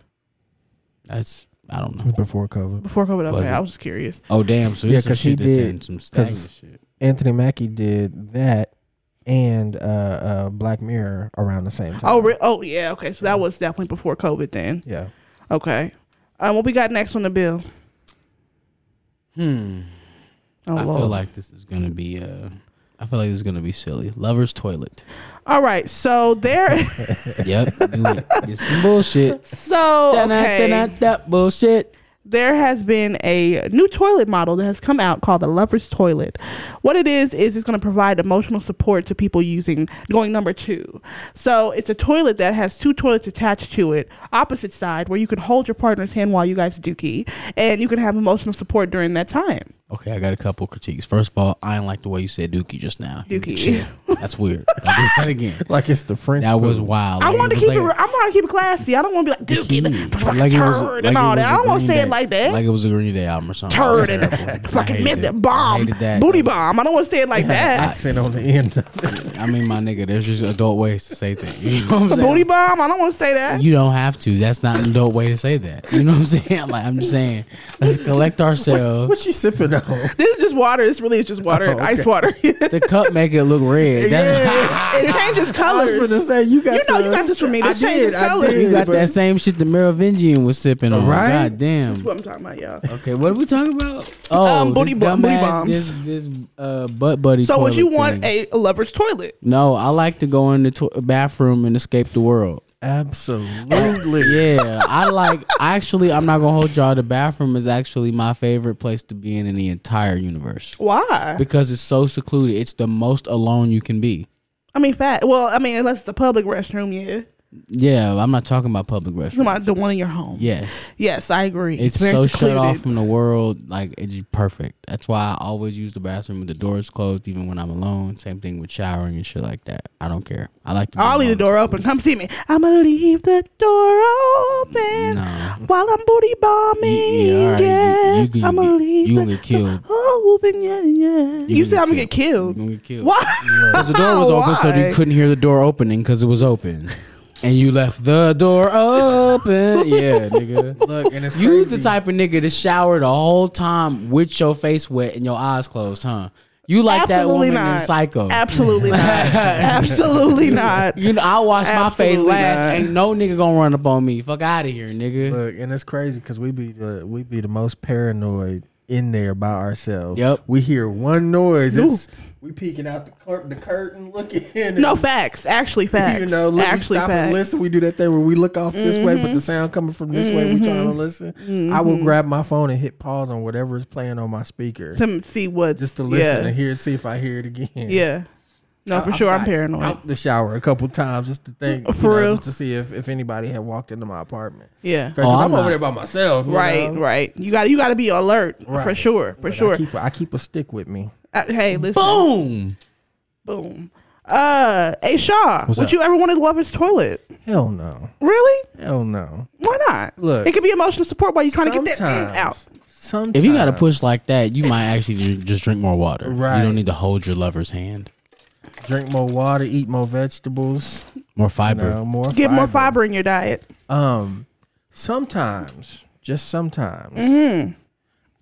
Speaker 3: that's I don't know.
Speaker 2: It's Before COVID,
Speaker 1: Before COVID, okay.
Speaker 3: Was it?
Speaker 1: I was just curious.
Speaker 3: Oh damn! So
Speaker 2: Yeah,
Speaker 3: yeah, some
Speaker 2: 'cause he
Speaker 3: shit that's
Speaker 2: did-
Speaker 3: in some stagnant shit.
Speaker 2: Anthony Mackie did that and uh, uh, Black Mirror around the same time.
Speaker 1: Oh, re- oh yeah, okay. So that was definitely before COVID then.
Speaker 2: yeah.
Speaker 1: Okay. Um, what we got next on the bill?
Speaker 3: Hmm.
Speaker 1: Oh,
Speaker 3: I feel
Speaker 1: Lord.
Speaker 3: like this is gonna be. Uh, I feel like this is gonna be silly. Lover's toilet.
Speaker 1: All right. So there.
Speaker 3: yep. Do it. It's some bullshit.
Speaker 1: so okay.
Speaker 3: That bullshit.
Speaker 1: there has been a new toilet model that has come out called the lover's toilet what it is is it's going to provide emotional support to people using going number two so it's a toilet that has two toilets attached to it opposite side where you can hold your partner's hand while you guys dookie and you can have emotional support during that time
Speaker 3: Okay, I got a couple critiques. First of all, I didn't like the way you said Dookie just now. You
Speaker 1: Dookie.
Speaker 3: chill. That's weird. Don't do that again.
Speaker 2: Like it's the French.
Speaker 3: That was
Speaker 2: food.
Speaker 3: wild.
Speaker 1: I
Speaker 3: Like,
Speaker 1: want to
Speaker 3: was
Speaker 1: keep
Speaker 3: like
Speaker 1: it.
Speaker 3: a-
Speaker 1: re- I'm trying to keep it classy. I don't want to be like Dookie, the
Speaker 3: Kid.
Speaker 1: fucking
Speaker 3: Like it was-
Speaker 1: turd and
Speaker 3: like it
Speaker 1: all
Speaker 3: was
Speaker 1: that. I
Speaker 3: a
Speaker 1: don't want to
Speaker 3: Green
Speaker 1: say it
Speaker 3: Day-
Speaker 1: like that.
Speaker 3: Like it was a Green Day album or something. It was
Speaker 1: turd and
Speaker 3: terrible. I
Speaker 1: fucking
Speaker 3: hated
Speaker 1: mint
Speaker 3: it.
Speaker 1: that bomb,
Speaker 3: I hated that.
Speaker 1: booty bomb. I don't want to say it like that.
Speaker 2: accent on the end. Of it.
Speaker 3: I mean, my nigga, there's just adult ways to say things. You know what I'm saying?
Speaker 1: Booty bomb. I don't want to say that.
Speaker 3: You don't have to. That's not an adult way to say that. You know what I'm saying? Like I'm just saying, let's collect ourselves.
Speaker 2: What you sipping on?
Speaker 1: This is just water. This really is just water.
Speaker 2: Oh,
Speaker 1: and Ice
Speaker 2: okay.
Speaker 1: water.
Speaker 3: the cup make it look red. That's,
Speaker 1: it changes
Speaker 2: I was
Speaker 1: colors.
Speaker 2: gonna say you got.
Speaker 1: You know
Speaker 2: the-
Speaker 1: you got this for me.
Speaker 2: I
Speaker 1: This changes
Speaker 2: did, I
Speaker 1: colors.
Speaker 2: did,
Speaker 3: You got
Speaker 2: but-
Speaker 3: that same shit the Merovingian was sipping on.
Speaker 2: Right?
Speaker 3: God damn.
Speaker 1: That's what I'm talking about, y'all.
Speaker 3: Okay, what are we talking about? Oh,
Speaker 1: Um, booty
Speaker 3: this
Speaker 1: bo- booty
Speaker 3: dumbass-
Speaker 1: bombs.
Speaker 3: This, this uh, butt buddy.
Speaker 1: So would
Speaker 3: toilet
Speaker 1: you want
Speaker 3: thing.
Speaker 1: a, a lover's toilet?
Speaker 3: No, I like to go in the to- bathroom and escape the world.
Speaker 2: Absolutely.
Speaker 3: yeah, I like. Actually, I'm not gonna hold y'all. The bathroom is actually my favorite place to be in in the entire universe
Speaker 1: Why?
Speaker 3: because it's so secluded. It's the most alone you can be.
Speaker 1: I mean, fat. Well, I mean, unless it's a public restroom, yeah.
Speaker 3: Yeah, I'm not talking about public
Speaker 1: You
Speaker 3: restrooms.
Speaker 1: might the one in your home.
Speaker 3: Yes,
Speaker 1: Yes, I agree.
Speaker 3: it's, so shut off from the world. Like it's just perfect. That's why I always use the bathroom with the doors closed, even when I'm alone. Same thing with showering and shit like that. I don't care. I like. To be
Speaker 1: I'll leave the
Speaker 3: alone.
Speaker 1: door open. Come see me. I'm gonna leave the door open
Speaker 3: No.
Speaker 1: while I'm booty bombing.
Speaker 3: Yeah, all
Speaker 1: Yeah,
Speaker 3: right. You- you gonna
Speaker 1: I'm gonna
Speaker 3: get-
Speaker 1: leave.
Speaker 3: you
Speaker 1: the
Speaker 3: gonna get killed.
Speaker 1: door Open. Yeah, yeah. You,
Speaker 3: gonna
Speaker 1: said
Speaker 3: get
Speaker 1: I'm gonna get
Speaker 3: You're
Speaker 1: killed.
Speaker 3: gonna get killed.
Speaker 1: Why?
Speaker 3: Because the door was open, so
Speaker 1: Why?
Speaker 3: you couldn't hear the door opening because it was open. And you left the door open. Yeah, nigga.
Speaker 2: Look, and it's
Speaker 3: You the
Speaker 2: crazy.
Speaker 3: type of nigga to shower the whole time with your face wet and your eyes closed, huh? You like
Speaker 1: Absolutely
Speaker 3: that woman
Speaker 1: not.
Speaker 3: in Psycho.
Speaker 1: Absolutely not. Absolutely not.
Speaker 3: you know, I wash my face
Speaker 1: Absolutely
Speaker 3: last.
Speaker 1: not.
Speaker 3: Ain't no nigga gonna run up on me. Fuck out of here, nigga.
Speaker 2: Look, and it's crazy because we be the we be the most paranoid in there by ourselves.
Speaker 3: Yep.
Speaker 2: We hear one noise. It's, we peeking out the cur- the curtain, looking. in.
Speaker 1: No facts. Actually, facts.
Speaker 2: You know, look,
Speaker 1: actually,
Speaker 2: we stop and
Speaker 1: facts. Mm-hmm.
Speaker 2: listen. We do that thing where we look off this way, but the sound coming from this way. We trying to listen. I will grab my phone and hit pause on whatever is playing on my speaker
Speaker 1: to see what
Speaker 2: just to listen
Speaker 1: Yeah.
Speaker 2: and hear, see if I hear it again.
Speaker 1: yeah. No, for sure. I'm paranoid.
Speaker 2: Out the shower a couple times just to think,
Speaker 1: For
Speaker 2: you know,
Speaker 1: real?
Speaker 2: just to see if, if anybody had walked into my apartment.
Speaker 1: yeah.
Speaker 2: Because
Speaker 3: Oh,
Speaker 2: I'm,
Speaker 3: I'm
Speaker 2: over
Speaker 3: not.
Speaker 2: there by myself. you
Speaker 1: Right.
Speaker 2: know?
Speaker 1: Right. You got. to You got to be alert for
Speaker 2: Right.
Speaker 1: sure. For
Speaker 2: But
Speaker 1: sure.
Speaker 2: I keep, a- I keep a stick with me.
Speaker 1: Uh, hey, listen.
Speaker 3: Boom.
Speaker 1: Boom. Uh, hey Shaw, would
Speaker 2: up?
Speaker 1: you ever want to love his toilet?
Speaker 2: Hell no.
Speaker 1: Really?
Speaker 2: Hell no.
Speaker 1: Why not?
Speaker 2: Look.
Speaker 1: it could be emotional support while you're trying to get that mm, out.
Speaker 2: Sometimes.
Speaker 3: If you got to push like that, you might actually ju- just drink more water.
Speaker 2: Right.
Speaker 3: You don't need to hold your lover's hand.
Speaker 2: Drink more water, eat more vegetables.
Speaker 3: More
Speaker 2: you
Speaker 3: fiber.
Speaker 2: know, more
Speaker 1: Get more fiber in your diet.
Speaker 2: Um, sometimes, just sometimes,
Speaker 1: Mm-hmm.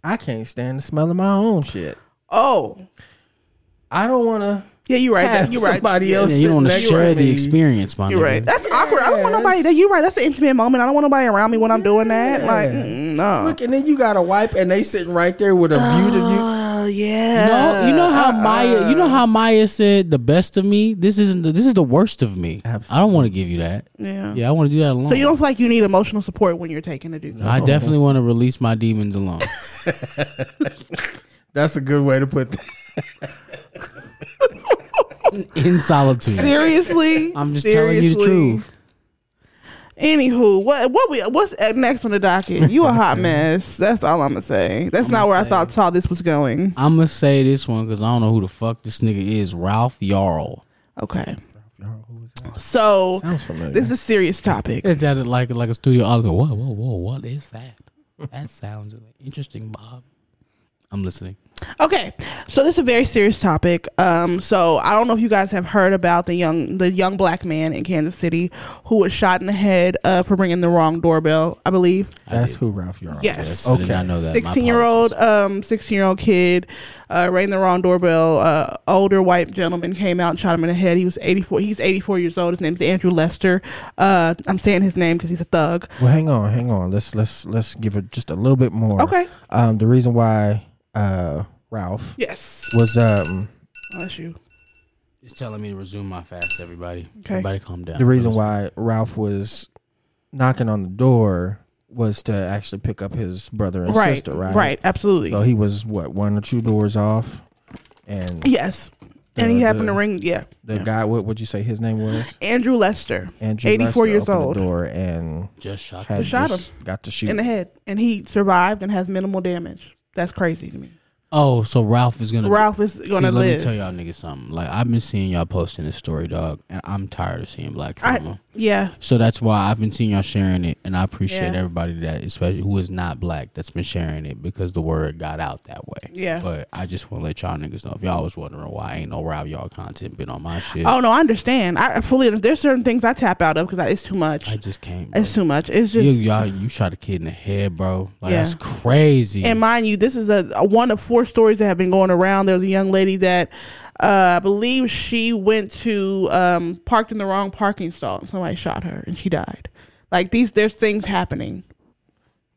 Speaker 2: I can't stand the smell of my own shit.
Speaker 1: Oh,
Speaker 2: I don't want to
Speaker 1: yeah, you're right.
Speaker 2: have
Speaker 1: That- You're right.
Speaker 2: somebody
Speaker 1: Yeah,
Speaker 2: else.
Speaker 3: Yeah, you don't
Speaker 2: want
Speaker 3: want
Speaker 2: to
Speaker 3: to share the experience, my
Speaker 1: You're
Speaker 3: nigga.
Speaker 1: right. That's awkward. I don't want nobody. That you're right. That's an intimate moment. I don't want nobody around me when I'm doing that. Like,
Speaker 2: Yeah.
Speaker 1: mm, no.
Speaker 2: Look, and then you got a wipe, and they sitting right there with a view to you.
Speaker 1: Oh yeah. Uh-uh.
Speaker 3: You know, uh, you know how
Speaker 2: Uh-uh.
Speaker 3: Maya, you know how Maya said, "The best of me. This isn't. The, this is the worst of me. I don't want to give you that.
Speaker 1: Yeah.
Speaker 3: Yeah, I want to do that alone.
Speaker 1: So you don't feel like you need emotional support when you're taking a dookie.
Speaker 3: I
Speaker 2: Oh.
Speaker 3: definitely want to release my demons alone.
Speaker 2: That's a good way to put that.
Speaker 3: in solitude.
Speaker 1: Seriously,
Speaker 3: I'm just
Speaker 1: Seriously?
Speaker 3: telling you the truth.
Speaker 1: Anywho, what what we what's next on the docket? You a hot mess. That's all I'm gonna say. That's not where I thought saw this was going.
Speaker 3: I'm gonna say this one because I don't know who the fuck this nigga is. Ralph Jarl.
Speaker 1: Okay. So
Speaker 2: Sounds familiar.
Speaker 1: this is a serious topic.
Speaker 3: It sounded like like a studio audience. Whoa, whoa, whoa! What is that? That sounds interesting, Bob. I'm listening.
Speaker 1: Okay, so this is a very serious topic. Um, so I don't know if you guys have heard about the young the young black man in Kansas City who was shot in the head uh, for ringing the wrong doorbell. I believe.
Speaker 2: That's who Ralph Yarrow.
Speaker 1: Yes.
Speaker 3: I did
Speaker 2: Okay.
Speaker 3: not know that. My
Speaker 1: 16 year old um 16 year old kid uh rang the wrong doorbell uh older white gentleman came out and shot him in the head he was 84 he's 84 years old his name's andrew lester uh i'm saying his name because he's a thug
Speaker 2: Well, hang on, hang on. Let's let's let's give it just a little bit more.
Speaker 1: okay
Speaker 2: Um, the reason why uh Ralph
Speaker 1: yes
Speaker 2: was um
Speaker 1: bless you
Speaker 3: It's telling me to resume my fast, everybody.
Speaker 1: Okay.
Speaker 3: Everybody calm down.
Speaker 2: the reason why Ralph was knocking on the door was to actually pick up his brother and
Speaker 1: right,
Speaker 2: sister,
Speaker 1: right
Speaker 2: right?
Speaker 1: absolutely
Speaker 2: So he was what one or two doors off, and
Speaker 1: yes and he
Speaker 2: The-
Speaker 1: happened to
Speaker 2: the-
Speaker 1: ring yeah
Speaker 2: the guy, what would you say his name was?
Speaker 1: andrew lester
Speaker 2: Andrew
Speaker 1: 84
Speaker 2: Lester
Speaker 1: years
Speaker 2: opened
Speaker 1: old.
Speaker 2: The door and
Speaker 3: Just shot.
Speaker 2: had
Speaker 1: shot
Speaker 2: just got to shoot.
Speaker 1: in the head and he survived and has minimal damage that's crazy to me
Speaker 3: Oh, so Ralph is gonna
Speaker 1: Ralph is gonna
Speaker 3: See, Let me
Speaker 1: live.
Speaker 3: tell y'all niggas something. Like I've been seeing y'all posting this story, dog, and I'm tired of seeing black
Speaker 1: I-
Speaker 3: trauma.
Speaker 1: yeah,
Speaker 3: so that's why I've been seeing y'all sharing it, and I appreciate
Speaker 1: Yeah.
Speaker 3: everybody that, especially who is not black, that's been sharing it because the word got out that way.
Speaker 1: Yeah.
Speaker 3: But I just want to let y'all niggas know if y'all was wondering why ain't no Ralph y'all content been on my shit.
Speaker 1: Oh no, I understand. I I fully understand. There's certain things I tap out of because it's too much.
Speaker 3: I just can't. bro.
Speaker 1: it's too much. It's just.
Speaker 3: you, y'all, you shot a kid in the head, bro. Like
Speaker 1: Yeah.
Speaker 3: that's crazy.
Speaker 1: And mind you, this is a, a one of four stories that have been going around. There's a young lady that uh, I believe she went to um, parked in the wrong parking stall and somebody shot her and she died. Like these, there's things happening.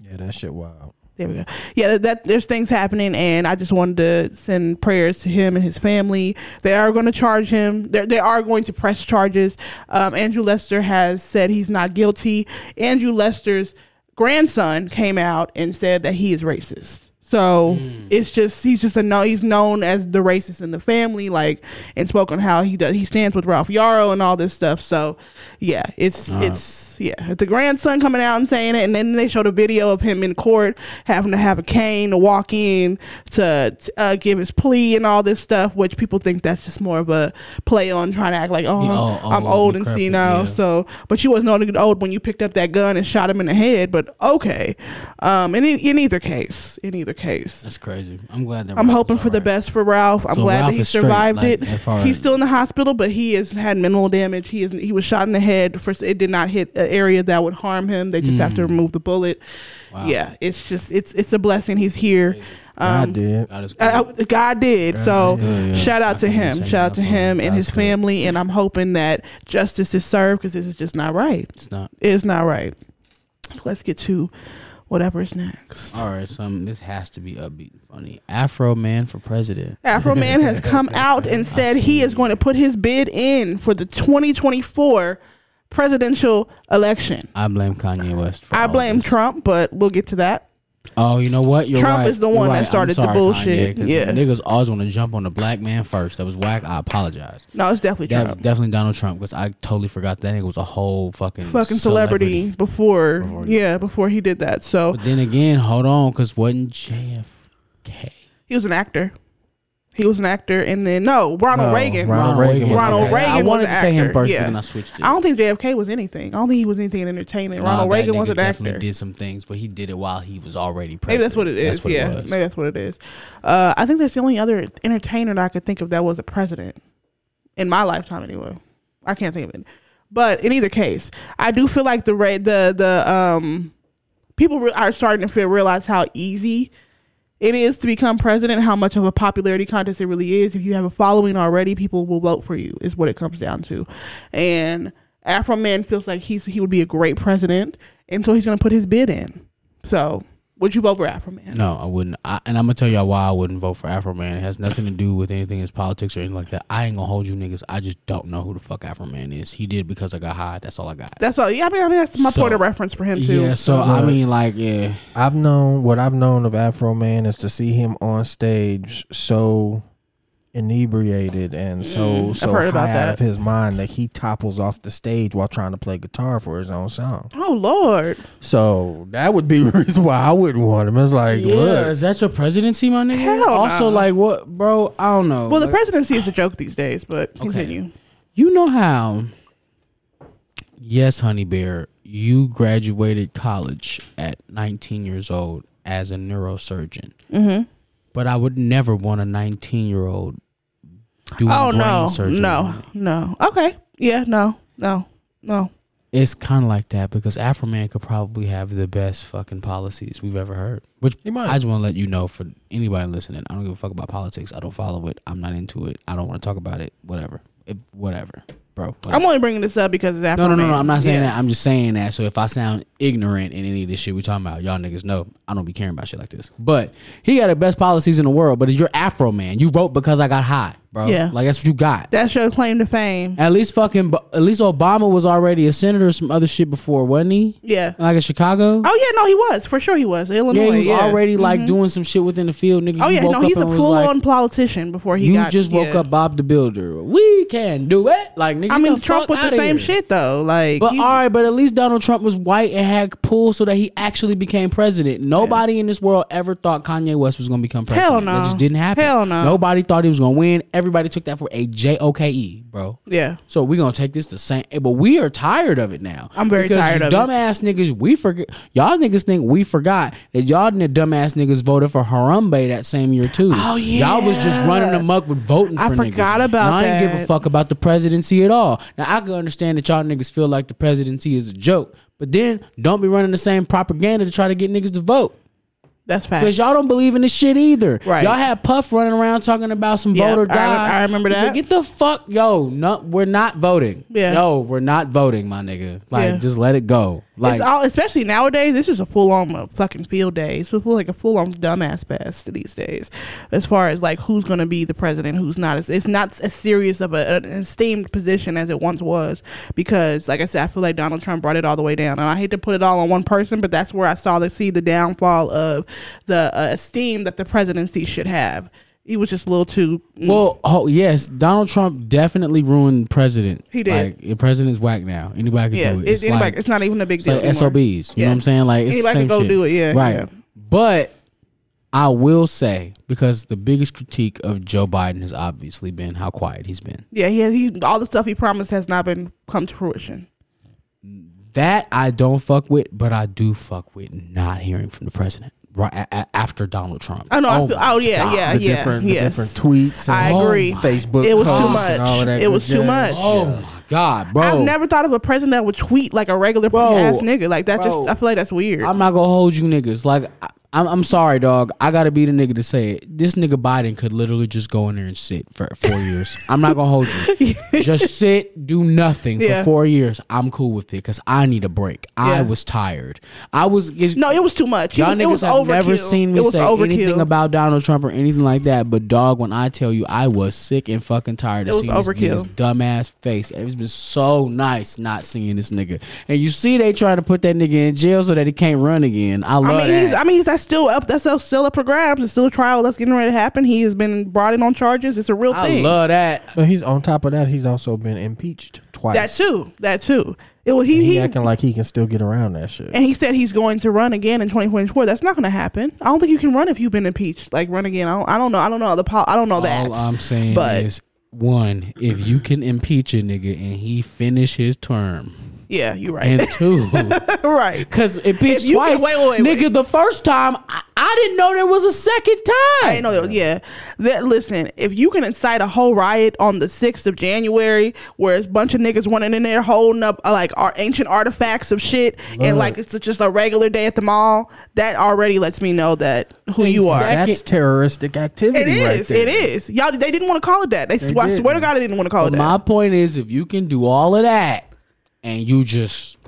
Speaker 2: Yeah, that shit wild.
Speaker 1: There we go. Yeah, that, that there's things happening, and I just wanted to send prayers to him and his family. They are going to charge him. They're, they are going to press charges. Um, Andrew Lester has said he's not guilty. Andrew Lester's grandson came out and said that he is racist. So
Speaker 3: Mm.
Speaker 1: it's just he's just a no. He's known as the racist in the family, like and spoke on how he does. He stands with Ralph Yarrow and all this stuff. So yeah, it's
Speaker 3: Uh-huh.
Speaker 1: it's yeah, it's the grandson coming out and saying it, and then they showed a video of him in court having to have a cane to walk in to uh, give his plea and all this stuff, which people think that's just more of a play on trying to act like oh,
Speaker 3: Yeah, oh, oh,
Speaker 1: I'm
Speaker 3: oh,
Speaker 1: old and
Speaker 3: decrepit,
Speaker 1: senile.
Speaker 3: yeah.
Speaker 1: So, but you wasn't only old when you picked up that gun and shot him in the head. But okay, um, in e- in either case, in either case.
Speaker 3: that's crazy. I'm glad that
Speaker 1: I'm
Speaker 3: Ralph
Speaker 1: hoping
Speaker 3: was
Speaker 1: for the
Speaker 3: alright.
Speaker 1: best for Ralph. I'm
Speaker 3: So
Speaker 1: glad
Speaker 3: Ralph
Speaker 1: that he
Speaker 3: is straight,
Speaker 1: survived
Speaker 3: like,
Speaker 1: it.
Speaker 3: as far
Speaker 1: He's
Speaker 3: as-
Speaker 1: still in the hospital, but he has had mental damage. He is he was shot in the head. First, it did not hit an area that would harm him. They just have
Speaker 3: Mm.
Speaker 1: to remove the bullet. Yeah, it's just it's it's a blessing. He's here. Um,
Speaker 2: I did.
Speaker 3: God is good.
Speaker 1: Uh, God did. so
Speaker 3: did. Yeah, yeah.
Speaker 1: shout out to
Speaker 3: I can
Speaker 1: him.
Speaker 3: check
Speaker 1: Shout out to
Speaker 3: that for
Speaker 1: him
Speaker 3: him.
Speaker 1: and his
Speaker 3: That's good.
Speaker 1: family. And I'm hoping that justice is served because this is just not right.
Speaker 3: it's not.
Speaker 1: It's not right. Let's get to whatever is next.
Speaker 3: All right, so um, this has to be upbeat and funny. Afro man for president.
Speaker 1: Afro Man has come out and said he is going to put his bid in for the 2024 presidential election.
Speaker 3: I blame Kanye West. For
Speaker 1: I
Speaker 3: all
Speaker 1: blame
Speaker 3: this.
Speaker 1: Trump, but we'll get to that.
Speaker 3: Oh, you know what? You're
Speaker 1: Trump
Speaker 3: right.
Speaker 1: is the
Speaker 3: You're
Speaker 1: one that
Speaker 3: right. I'm
Speaker 1: started the
Speaker 3: sorry,
Speaker 1: bullshit.
Speaker 3: 'cause
Speaker 1: Yeah.
Speaker 3: niggas always want to jump on the black man first. That was whack. I apologize.
Speaker 1: No, it's definitely
Speaker 3: That
Speaker 1: Trump.
Speaker 3: definitely Donald Trump because I totally forgot that nigga was a whole fucking
Speaker 1: Fucking celebrity, before, yeah, before he did that. So
Speaker 3: But then again, hold on, because wasn't JFK?
Speaker 1: he was an actor. He was an actor, and then no, Ronald
Speaker 2: No,
Speaker 1: Reagan.
Speaker 2: Ronald Reagan was
Speaker 1: Ronald Reagan
Speaker 3: I
Speaker 1: was
Speaker 3: wanted
Speaker 1: an
Speaker 3: to say him
Speaker 1: actor,
Speaker 3: first,
Speaker 1: yeah.
Speaker 3: but then I switched it.
Speaker 1: I don't think JFK was anything. I don't think he was anything entertaining.
Speaker 3: Nah,
Speaker 1: Ronald
Speaker 3: that
Speaker 1: Reagan was
Speaker 3: nigga
Speaker 1: an
Speaker 3: definitely
Speaker 1: actor.
Speaker 3: Did some things, but he did it while he was already president.
Speaker 1: Maybe that's what it is.
Speaker 3: it
Speaker 1: yeah,
Speaker 3: was.
Speaker 1: maybe that's what it is. Uh, I think that's the only other entertainer that I could think of that was a president in my lifetime, anyway. I can't think of it. But in either case, I do feel like the ra- the the um people re- are starting to feel realize how easy it is to become president. How much of a popularity contest it really is. If you have a following already, people will vote for you. Is what it comes down to. And Afro Man feels like he's he would be a great president, and so he's going to put his bid in. So would you vote for Afro Man?
Speaker 3: No, I wouldn't. I, and I'm gonna tell y'all why I wouldn't vote for Afro Man. It has nothing to do with anything as politics or anything like that. I ain't gonna hold you niggas. I just don't know who the fuck Afro Man is. He did because I got high. That's all I got.
Speaker 1: That's all. Yeah, I mean, I mean that's my
Speaker 3: So-
Speaker 1: point of reference for him too.
Speaker 3: yeah. So I mean, like, yeah.
Speaker 2: I've known what I've known of Afro Man is to see him on stage so inebriated and so so
Speaker 1: Mm, heard about
Speaker 2: high
Speaker 1: that.
Speaker 2: out of his mind that he topples off the stage while trying to play guitar for his own song.
Speaker 1: Oh Lord,
Speaker 2: So that would be the reason why I wouldn't want him. It's like,
Speaker 3: Yeah,
Speaker 2: look,
Speaker 3: is that your presidency, my nigga?
Speaker 1: Hell no.
Speaker 3: also, like, what, bro? I don't know.
Speaker 1: well the
Speaker 3: Like,
Speaker 1: presidency is a joke these days, but continue.
Speaker 3: Oh, you know how? Yes, honey bear, you graduated college at 19 years old as a neurosurgeon.
Speaker 1: Mm-hmm.
Speaker 3: But I would never want a 19 year old doing
Speaker 1: Oh
Speaker 3: brain
Speaker 1: no,
Speaker 3: surgery.
Speaker 1: no, no. Okay, yeah, no, no, no.
Speaker 3: It's kind of like that because Afro Man could probably have the best fucking policies we've ever heard. Which
Speaker 2: He might.
Speaker 3: I just want to let you know for anybody listening. I don't give a fuck about politics. I don't follow it. I'm not into it. I don't want to talk about it. Whatever. It, whatever, bro.
Speaker 1: I'm
Speaker 3: Whatever.
Speaker 1: only bringing this up because it's Afro.
Speaker 3: no, no, no, no.
Speaker 1: Man.
Speaker 3: I'm not saying
Speaker 1: Yeah.
Speaker 3: that. I'm just saying that. So if I sound ignorant in any of this shit we talking about, y'all niggas know I don't be caring about shit like this. But he got the best policies in the world. But you're Afro Man. You wrote because I got high, bro.
Speaker 1: Yeah.
Speaker 3: Like that's what you got.
Speaker 1: That's your claim to fame.
Speaker 3: At least fucking, at least Obama was already a senator or some other shit before, wasn't he?
Speaker 1: Yeah.
Speaker 3: Like in Chicago.
Speaker 1: Oh yeah, no, he was for sure. He was Illinois.
Speaker 3: Uh-huh. yeah, he was
Speaker 1: yeah. Mm-hmm.
Speaker 3: already like doing some shit within the field, nigga.
Speaker 1: Oh
Speaker 3: you
Speaker 1: yeah,
Speaker 3: woke
Speaker 1: no,
Speaker 3: up
Speaker 1: he's a
Speaker 3: and was
Speaker 1: full-on
Speaker 3: Like,
Speaker 1: politician before he
Speaker 3: you
Speaker 1: got.
Speaker 3: just woke
Speaker 1: yeah.
Speaker 3: up, Bob the Builder. We can do it. Like nigga,
Speaker 1: I
Speaker 3: get
Speaker 1: mean,
Speaker 3: the
Speaker 1: Trump
Speaker 3: fuck
Speaker 1: with the
Speaker 3: outta
Speaker 1: same
Speaker 3: here.
Speaker 1: shit though. Like,
Speaker 3: But
Speaker 1: he-
Speaker 3: all right, but at least Donald Trump was white and had pull, so that he actually became president. Nobody in this world ever thought Kanye West was going to become president.
Speaker 1: Hell
Speaker 3: That
Speaker 1: no.
Speaker 3: just didn't happen.
Speaker 1: Hell no.
Speaker 3: Nobody thought he was going to win. Everybody took that for a J O K E, bro.
Speaker 1: yeah,
Speaker 3: So we're gonna take this the same, but we are tired of it now.
Speaker 1: I'm very
Speaker 3: Because
Speaker 1: tired
Speaker 3: you
Speaker 1: of it.
Speaker 3: dumbass niggas. We forget y'all niggas think we forgot that y'all and the dumbass niggas voted for Harambe that same year too.
Speaker 1: Oh,
Speaker 3: y'all was just
Speaker 1: yeah.
Speaker 3: running amok with voting.
Speaker 1: I
Speaker 3: for
Speaker 1: forgot
Speaker 3: niggas.
Speaker 1: about
Speaker 3: y'all ain't give a
Speaker 1: that.
Speaker 3: fuck about the presidency at all. Now I can understand that y'all niggas feel like the presidency is a joke, but then don't be running the same propaganda to try to get niggas to vote.
Speaker 1: that's fact.
Speaker 3: Because y'all don't believe in this shit either.
Speaker 1: Right.
Speaker 3: Y'all had Puff running around talking about some
Speaker 1: Yep,
Speaker 3: vote or
Speaker 1: I rem-
Speaker 3: die.
Speaker 1: I remember
Speaker 3: Nigga,
Speaker 1: that.
Speaker 3: Get the fuck, yo. No, we're not voting.
Speaker 1: Yeah.
Speaker 3: No, we're not voting, my nigga. Like,
Speaker 1: Yeah.
Speaker 3: just let it go. Like,
Speaker 1: it's all, especially nowadays. It's just a full on fucking field day. It's like a full on dumbass fest these days, as far as like who's going to be the president, who's not. It's, it's not as serious of a, an esteemed position as it once was because, like I said, I feel like Donald Trump brought it all the way down, and I hate to put it all on one person, but that's where I saw the see the downfall of the uh, esteem that the presidency should have. He was just a little too.
Speaker 3: well, oh yes, Donald Trump definitely ruined president.
Speaker 1: He did.
Speaker 3: Like, the president's whack now. Anybody can
Speaker 1: yeah,
Speaker 3: do it.
Speaker 1: it's, anybody,
Speaker 3: like,
Speaker 1: it's not even a big
Speaker 3: it's
Speaker 1: deal.
Speaker 3: like
Speaker 1: anymore.
Speaker 3: SOBs. You know
Speaker 1: Yeah.
Speaker 3: what I'm saying? Like, it's the
Speaker 1: Anybody can
Speaker 3: same
Speaker 1: go
Speaker 3: shit.
Speaker 1: do it, yeah,
Speaker 3: Right.
Speaker 1: yeah.
Speaker 3: But I will say because the biggest critique of Joe Biden has obviously been how quiet he's been.
Speaker 1: Yeah, he, he all the stuff he promised has not been come to fruition.
Speaker 3: That I don't fuck with, but I do fuck with not hearing from the president right a- a- after Donald Trump.
Speaker 1: Oh no!
Speaker 2: Oh
Speaker 1: I feel, oh yeah, yeah,
Speaker 2: the
Speaker 1: yeah.
Speaker 2: different, the
Speaker 1: yes,
Speaker 2: different tweets.
Speaker 1: I
Speaker 2: and Oh
Speaker 1: agree.
Speaker 2: Facebook
Speaker 1: It was too
Speaker 2: posts and all
Speaker 1: much.
Speaker 2: of that
Speaker 1: It
Speaker 2: good
Speaker 1: was too
Speaker 2: jazz.
Speaker 1: much.
Speaker 3: Oh my god, bro!
Speaker 1: I've never thought of a president that would tweet like a regular
Speaker 3: Bro.
Speaker 1: ass nigga. Like that. Just
Speaker 3: Bro.
Speaker 1: I feel like that's weird.
Speaker 3: I'm not gonna hold you niggas. Like I, I'm, I'm sorry, dog. I gotta be the nigga to say it. This nigga Biden could literally just go in there and sit for four years. I'm not gonna hold you. just sit, do nothing
Speaker 1: Yeah.
Speaker 3: for four years. I'm cool with it because I need a break. I
Speaker 1: Yeah.
Speaker 3: was tired. I was.
Speaker 1: no, it was too much. It
Speaker 3: Y'all
Speaker 1: was,
Speaker 3: niggas
Speaker 1: it was
Speaker 3: have
Speaker 1: overkill.
Speaker 3: never seen me
Speaker 1: it was
Speaker 3: say
Speaker 1: overkill.
Speaker 3: anything about Donald Trump or anything like that. But dog, when I tell you, I was sick and fucking tired
Speaker 1: It
Speaker 3: of
Speaker 1: was
Speaker 3: seeing this
Speaker 1: overkill.
Speaker 3: nigga's dumbass face. It's been so nice not seeing this nigga. And you see, they trying to put that nigga in jail so that he can't run again. I love
Speaker 1: I mean,
Speaker 3: that.
Speaker 1: he's, I mean, he's, that's still up. That's still- still up for grabs. It's still a trial that's getting ready to happen. He has been brought in on charges. It's a real
Speaker 3: I
Speaker 1: thing.
Speaker 3: love that.
Speaker 2: But he's on top of that. He's also been impeached twice.
Speaker 1: that too. That too. It was he.
Speaker 2: He,
Speaker 1: he
Speaker 2: acting like he can still get around that shit.
Speaker 1: and he said he's going to run again in 2024. That's not going to happen. I don't think you can run if you've been impeached. Like run again. I don't, I don't know. I don't know the. pol- I don't know that.
Speaker 3: All I'm saying
Speaker 1: but-
Speaker 3: is one, if you can impeach a nigga and he finish his term,
Speaker 1: yeah, you're right.
Speaker 3: and two.
Speaker 1: right.
Speaker 3: Cause
Speaker 1: If
Speaker 3: impeached
Speaker 1: you
Speaker 3: twice,
Speaker 1: can- wait, wait, wait,
Speaker 3: nigga.
Speaker 1: wait.
Speaker 3: The first time, I, I didn't know there was a second time.
Speaker 1: I didn't know that. Was, yeah. That listen, if you can incite a whole riot on the sixth of January, where it's a bunch of niggas running in there holding up uh, like our ancient artifacts of shit, and like it's just a regular day at the mall, that already lets me know that who you are.
Speaker 3: Exactly.
Speaker 2: That's terroristic
Speaker 1: It
Speaker 2: activity. right
Speaker 1: is.
Speaker 2: there.
Speaker 1: It is. Y'all, they didn't want to call it that. They, swear, I
Speaker 2: didn't.
Speaker 1: swear to God, they didn't want to call it
Speaker 3: But
Speaker 1: that.
Speaker 3: my point is, if you can do all of that and you just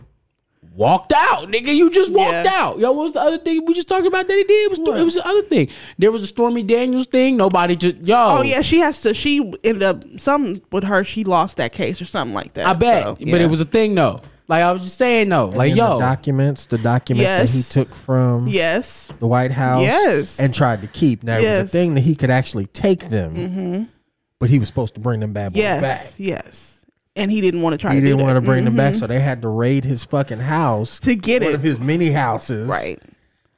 Speaker 3: walked out, nigga, you just walked
Speaker 1: Yeah.
Speaker 3: out. Yo, what was the other thing we just talked about that he did? It was, it was the other thing. There was a Stormy Daniels thing. Nobody just yo.
Speaker 1: Oh yeah, she has to. She ended up something with her. She lost that case or something like that.
Speaker 3: I bet.
Speaker 1: So,
Speaker 3: But
Speaker 1: yeah.
Speaker 3: it was a thing though. Like I was just saying though. like
Speaker 2: And
Speaker 3: yo,
Speaker 2: the documents, the documents that he
Speaker 1: Yes.
Speaker 2: took from
Speaker 1: yes,
Speaker 2: the White House,
Speaker 1: Yes.
Speaker 2: and tried to keep. Now it was
Speaker 1: Yes. Mm-hmm.
Speaker 2: a thing that he could actually take them, but he was supposed to bring them bad boys
Speaker 1: yes,
Speaker 2: back.
Speaker 1: yes. And he didn't want to try.
Speaker 2: He
Speaker 1: to
Speaker 2: didn't
Speaker 1: do
Speaker 2: want
Speaker 1: that.
Speaker 2: to bring them back, so they had to raid his fucking house
Speaker 1: Mm-hmm. To get
Speaker 2: one
Speaker 1: it.
Speaker 2: of his mini houses,
Speaker 1: right.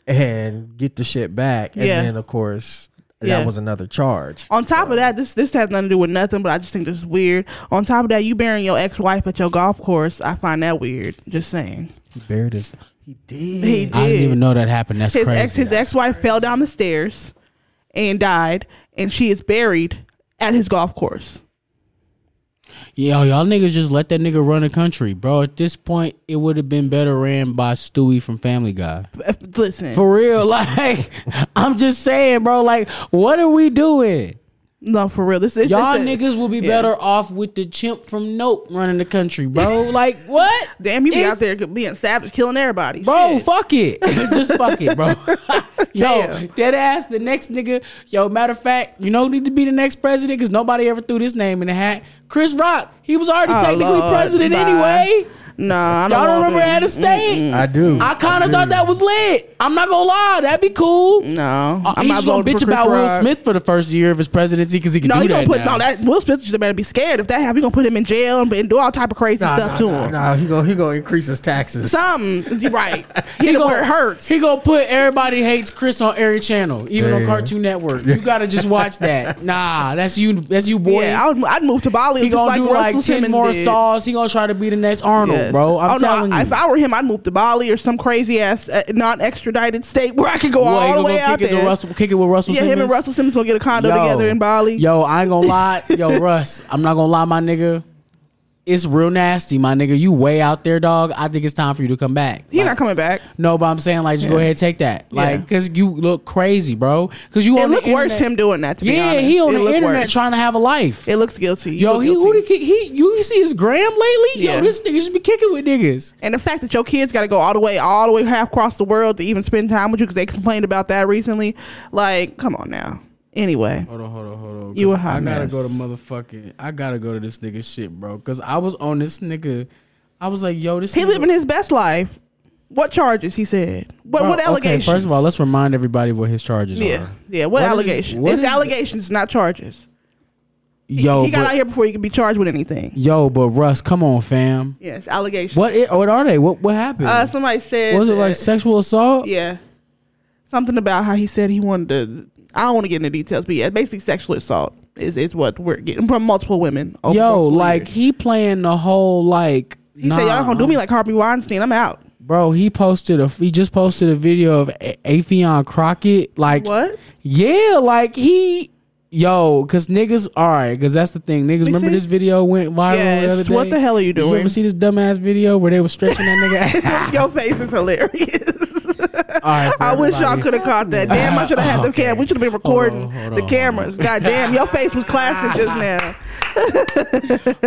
Speaker 2: and get the shit back. And
Speaker 1: Yeah.
Speaker 2: then, of course,
Speaker 1: Yeah.
Speaker 2: that was another charge.
Speaker 1: On top of that, this this has nothing to do with nothing, but I just think this is weird. On top of that, you burying your ex wife at your golf course, I find that weird. Just saying.
Speaker 2: He buried his. He did.
Speaker 1: He did.
Speaker 3: I didn't even know that happened. That's
Speaker 1: his
Speaker 3: crazy.
Speaker 1: ex his ex wife fell down the stairs and died, and she is buried at his golf course.
Speaker 3: Yo, y'all niggas just let that nigga run the country, bro. At this point, it would have been better ran by Stewie from Family Guy.
Speaker 1: F- Listen,
Speaker 3: For real, like I'm just saying, bro. Like, what are we doing?
Speaker 1: no, for real. This is
Speaker 3: Y'all niggas will be
Speaker 1: yeah.
Speaker 3: better off with the chimp from Nope running the country, bro. Like, what?
Speaker 1: Damn, you be
Speaker 3: It's-
Speaker 1: out there being savage, killing everybody.
Speaker 3: Bro,
Speaker 1: Shit.
Speaker 3: fuck it. Just fuck it, bro. yo,
Speaker 1: Damn.
Speaker 3: dead ass, the next nigga. Yo, matter of fact, you know who need to be the next president? Because nobody ever threw this name in the hat. Chris Rock. He was already
Speaker 1: Oh,
Speaker 3: technically
Speaker 1: Lord.
Speaker 3: president
Speaker 1: Bye.
Speaker 3: anyway.
Speaker 1: Nah, I
Speaker 3: Y'all
Speaker 1: don't
Speaker 3: don't
Speaker 1: want
Speaker 3: remember
Speaker 1: it.
Speaker 3: At a State?
Speaker 2: I do.
Speaker 3: I kind of
Speaker 2: do.
Speaker 3: thought that was lit. I'm not gonna lie, that'd be cool.
Speaker 1: No,
Speaker 3: Uh,
Speaker 1: I'm
Speaker 3: he's
Speaker 1: not
Speaker 3: gonna
Speaker 1: voting
Speaker 3: bitch
Speaker 1: for Chris
Speaker 3: about Will
Speaker 1: Rock.
Speaker 3: Smith for the first year of his presidency because he can
Speaker 1: No,
Speaker 3: do
Speaker 1: he gonna
Speaker 3: that.
Speaker 1: put
Speaker 3: now.
Speaker 1: no that Will Smith just better be scared. If that happens, he gonna put him in jail and, and do all type of crazy
Speaker 2: Nah,
Speaker 1: stuff
Speaker 2: nah,
Speaker 1: to
Speaker 2: nah,
Speaker 1: him.
Speaker 2: nah, he gonna he gonna increase his taxes.
Speaker 1: Something you right. He,
Speaker 3: gonna-
Speaker 1: where it hurts.
Speaker 3: He gonna put everybody hates Chris on every channel, even on
Speaker 2: Yeah.
Speaker 3: Cartoon Network. You gotta just watch that. Nah, that's you. That's you, boy.
Speaker 1: yeah, I would, I'd move to Bali
Speaker 3: he
Speaker 1: just
Speaker 3: gonna
Speaker 1: like
Speaker 3: do
Speaker 1: Russell
Speaker 3: like ten
Speaker 1: Simmons
Speaker 3: more
Speaker 1: did.
Speaker 3: songs. He gonna try to be the next Arnold,
Speaker 1: Yes. Oh,
Speaker 3: bro. I'm telling
Speaker 1: no,
Speaker 3: you.
Speaker 1: If I were him, I'd move to Bali or some crazy ass uh, non-extradited state where I could go
Speaker 3: Boy, he
Speaker 1: all the
Speaker 3: gonna
Speaker 1: way
Speaker 3: go
Speaker 1: out
Speaker 3: kick it,
Speaker 1: there.
Speaker 3: to Russell, kick it with Russell.
Speaker 1: yeah,
Speaker 3: Simmons.
Speaker 1: him and Russell Simmons gonna get a condo together in Bali.
Speaker 3: Yo, I ain't gonna lie. Yo, Russ, I'm not gonna lie, my nigga. It's real nasty, my nigga. You way out there, dog. I think it's time for you to come back.
Speaker 1: He
Speaker 3: Like,
Speaker 1: not coming back.
Speaker 3: no, but I'm saying like just go ahead and take that, like because you look crazy, bro. Because you
Speaker 1: It
Speaker 3: on the
Speaker 1: looked worse
Speaker 3: internet-
Speaker 1: him doing that. To be
Speaker 3: Yeah,
Speaker 1: honest.
Speaker 3: he on
Speaker 1: It
Speaker 3: the
Speaker 1: looked
Speaker 3: internet
Speaker 1: worse.
Speaker 3: trying to have a life.
Speaker 1: It looks guilty.
Speaker 3: Yo,
Speaker 1: looked
Speaker 3: he who
Speaker 1: guilty.
Speaker 3: the kick? He you, you see his gram lately?
Speaker 1: Yeah.
Speaker 3: Yo, this nigga just be kicking with niggas.
Speaker 1: And the fact that your kids got to go all the way, all the way half across the world to even spend time with you because they complained about that recently. Like, come on now. Anyway,
Speaker 3: Hold on, hold on, hold on.
Speaker 1: You
Speaker 3: 'cause
Speaker 1: a hot
Speaker 3: I gotta
Speaker 1: mess.
Speaker 3: go to motherfucking. I gotta go to this nigga shit, bro. Cause I was on this nigga. I was like, yo, this.
Speaker 1: he
Speaker 3: nigga-
Speaker 1: living his best life. What charges? He said. What?
Speaker 3: Bro,
Speaker 1: what allegations?
Speaker 3: Okay, first of all, let's remind everybody what his charges
Speaker 1: Yeah,
Speaker 3: are.
Speaker 1: yeah. What,
Speaker 3: What is-
Speaker 1: allegations?
Speaker 3: what
Speaker 1: it's
Speaker 3: is-
Speaker 1: allegations, not charges. He,
Speaker 3: Yo,
Speaker 1: he got
Speaker 3: but,
Speaker 1: out here before he could be charged with anything.
Speaker 3: yo, but Russ, come on, fam.
Speaker 1: Yes, allegations.
Speaker 3: What? It, what are they? What? What happened?
Speaker 1: Uh, somebody said.
Speaker 3: was it
Speaker 1: that-
Speaker 3: like sexual assault?
Speaker 1: Yeah. Something about how he said he wanted to. I don't want to get into details, but yeah, basically sexual assault is, is what we're getting from multiple women. over
Speaker 3: Yo,
Speaker 1: multiple
Speaker 3: like
Speaker 1: years.
Speaker 3: he playing the whole like.
Speaker 1: he said, y'all
Speaker 3: nah,
Speaker 1: not gonna do me like Harvey Weinstein. I'm out.
Speaker 3: bro. He posted a. He just posted a video of a- Afion Crockett. Like
Speaker 1: What?
Speaker 3: Yeah, like he. Yo, cause niggas, all right, cause that's the thing. Niggas, remember
Speaker 1: see.
Speaker 3: this video went viral the other
Speaker 1: Yes.
Speaker 3: day.
Speaker 1: What the hell are you
Speaker 3: You
Speaker 1: doing?
Speaker 3: ever see this dumbass video where they were stretching that nigga?
Speaker 1: Your face is hilarious.
Speaker 3: all right, for
Speaker 1: I wish y'all
Speaker 3: everybody.
Speaker 1: could have caught that. Damn, I should have had the
Speaker 3: Okay.
Speaker 1: camera. We should have been
Speaker 3: Hold on,
Speaker 1: recording
Speaker 3: hold
Speaker 1: the
Speaker 3: on.
Speaker 1: cameras. God damn, your face was classic just now.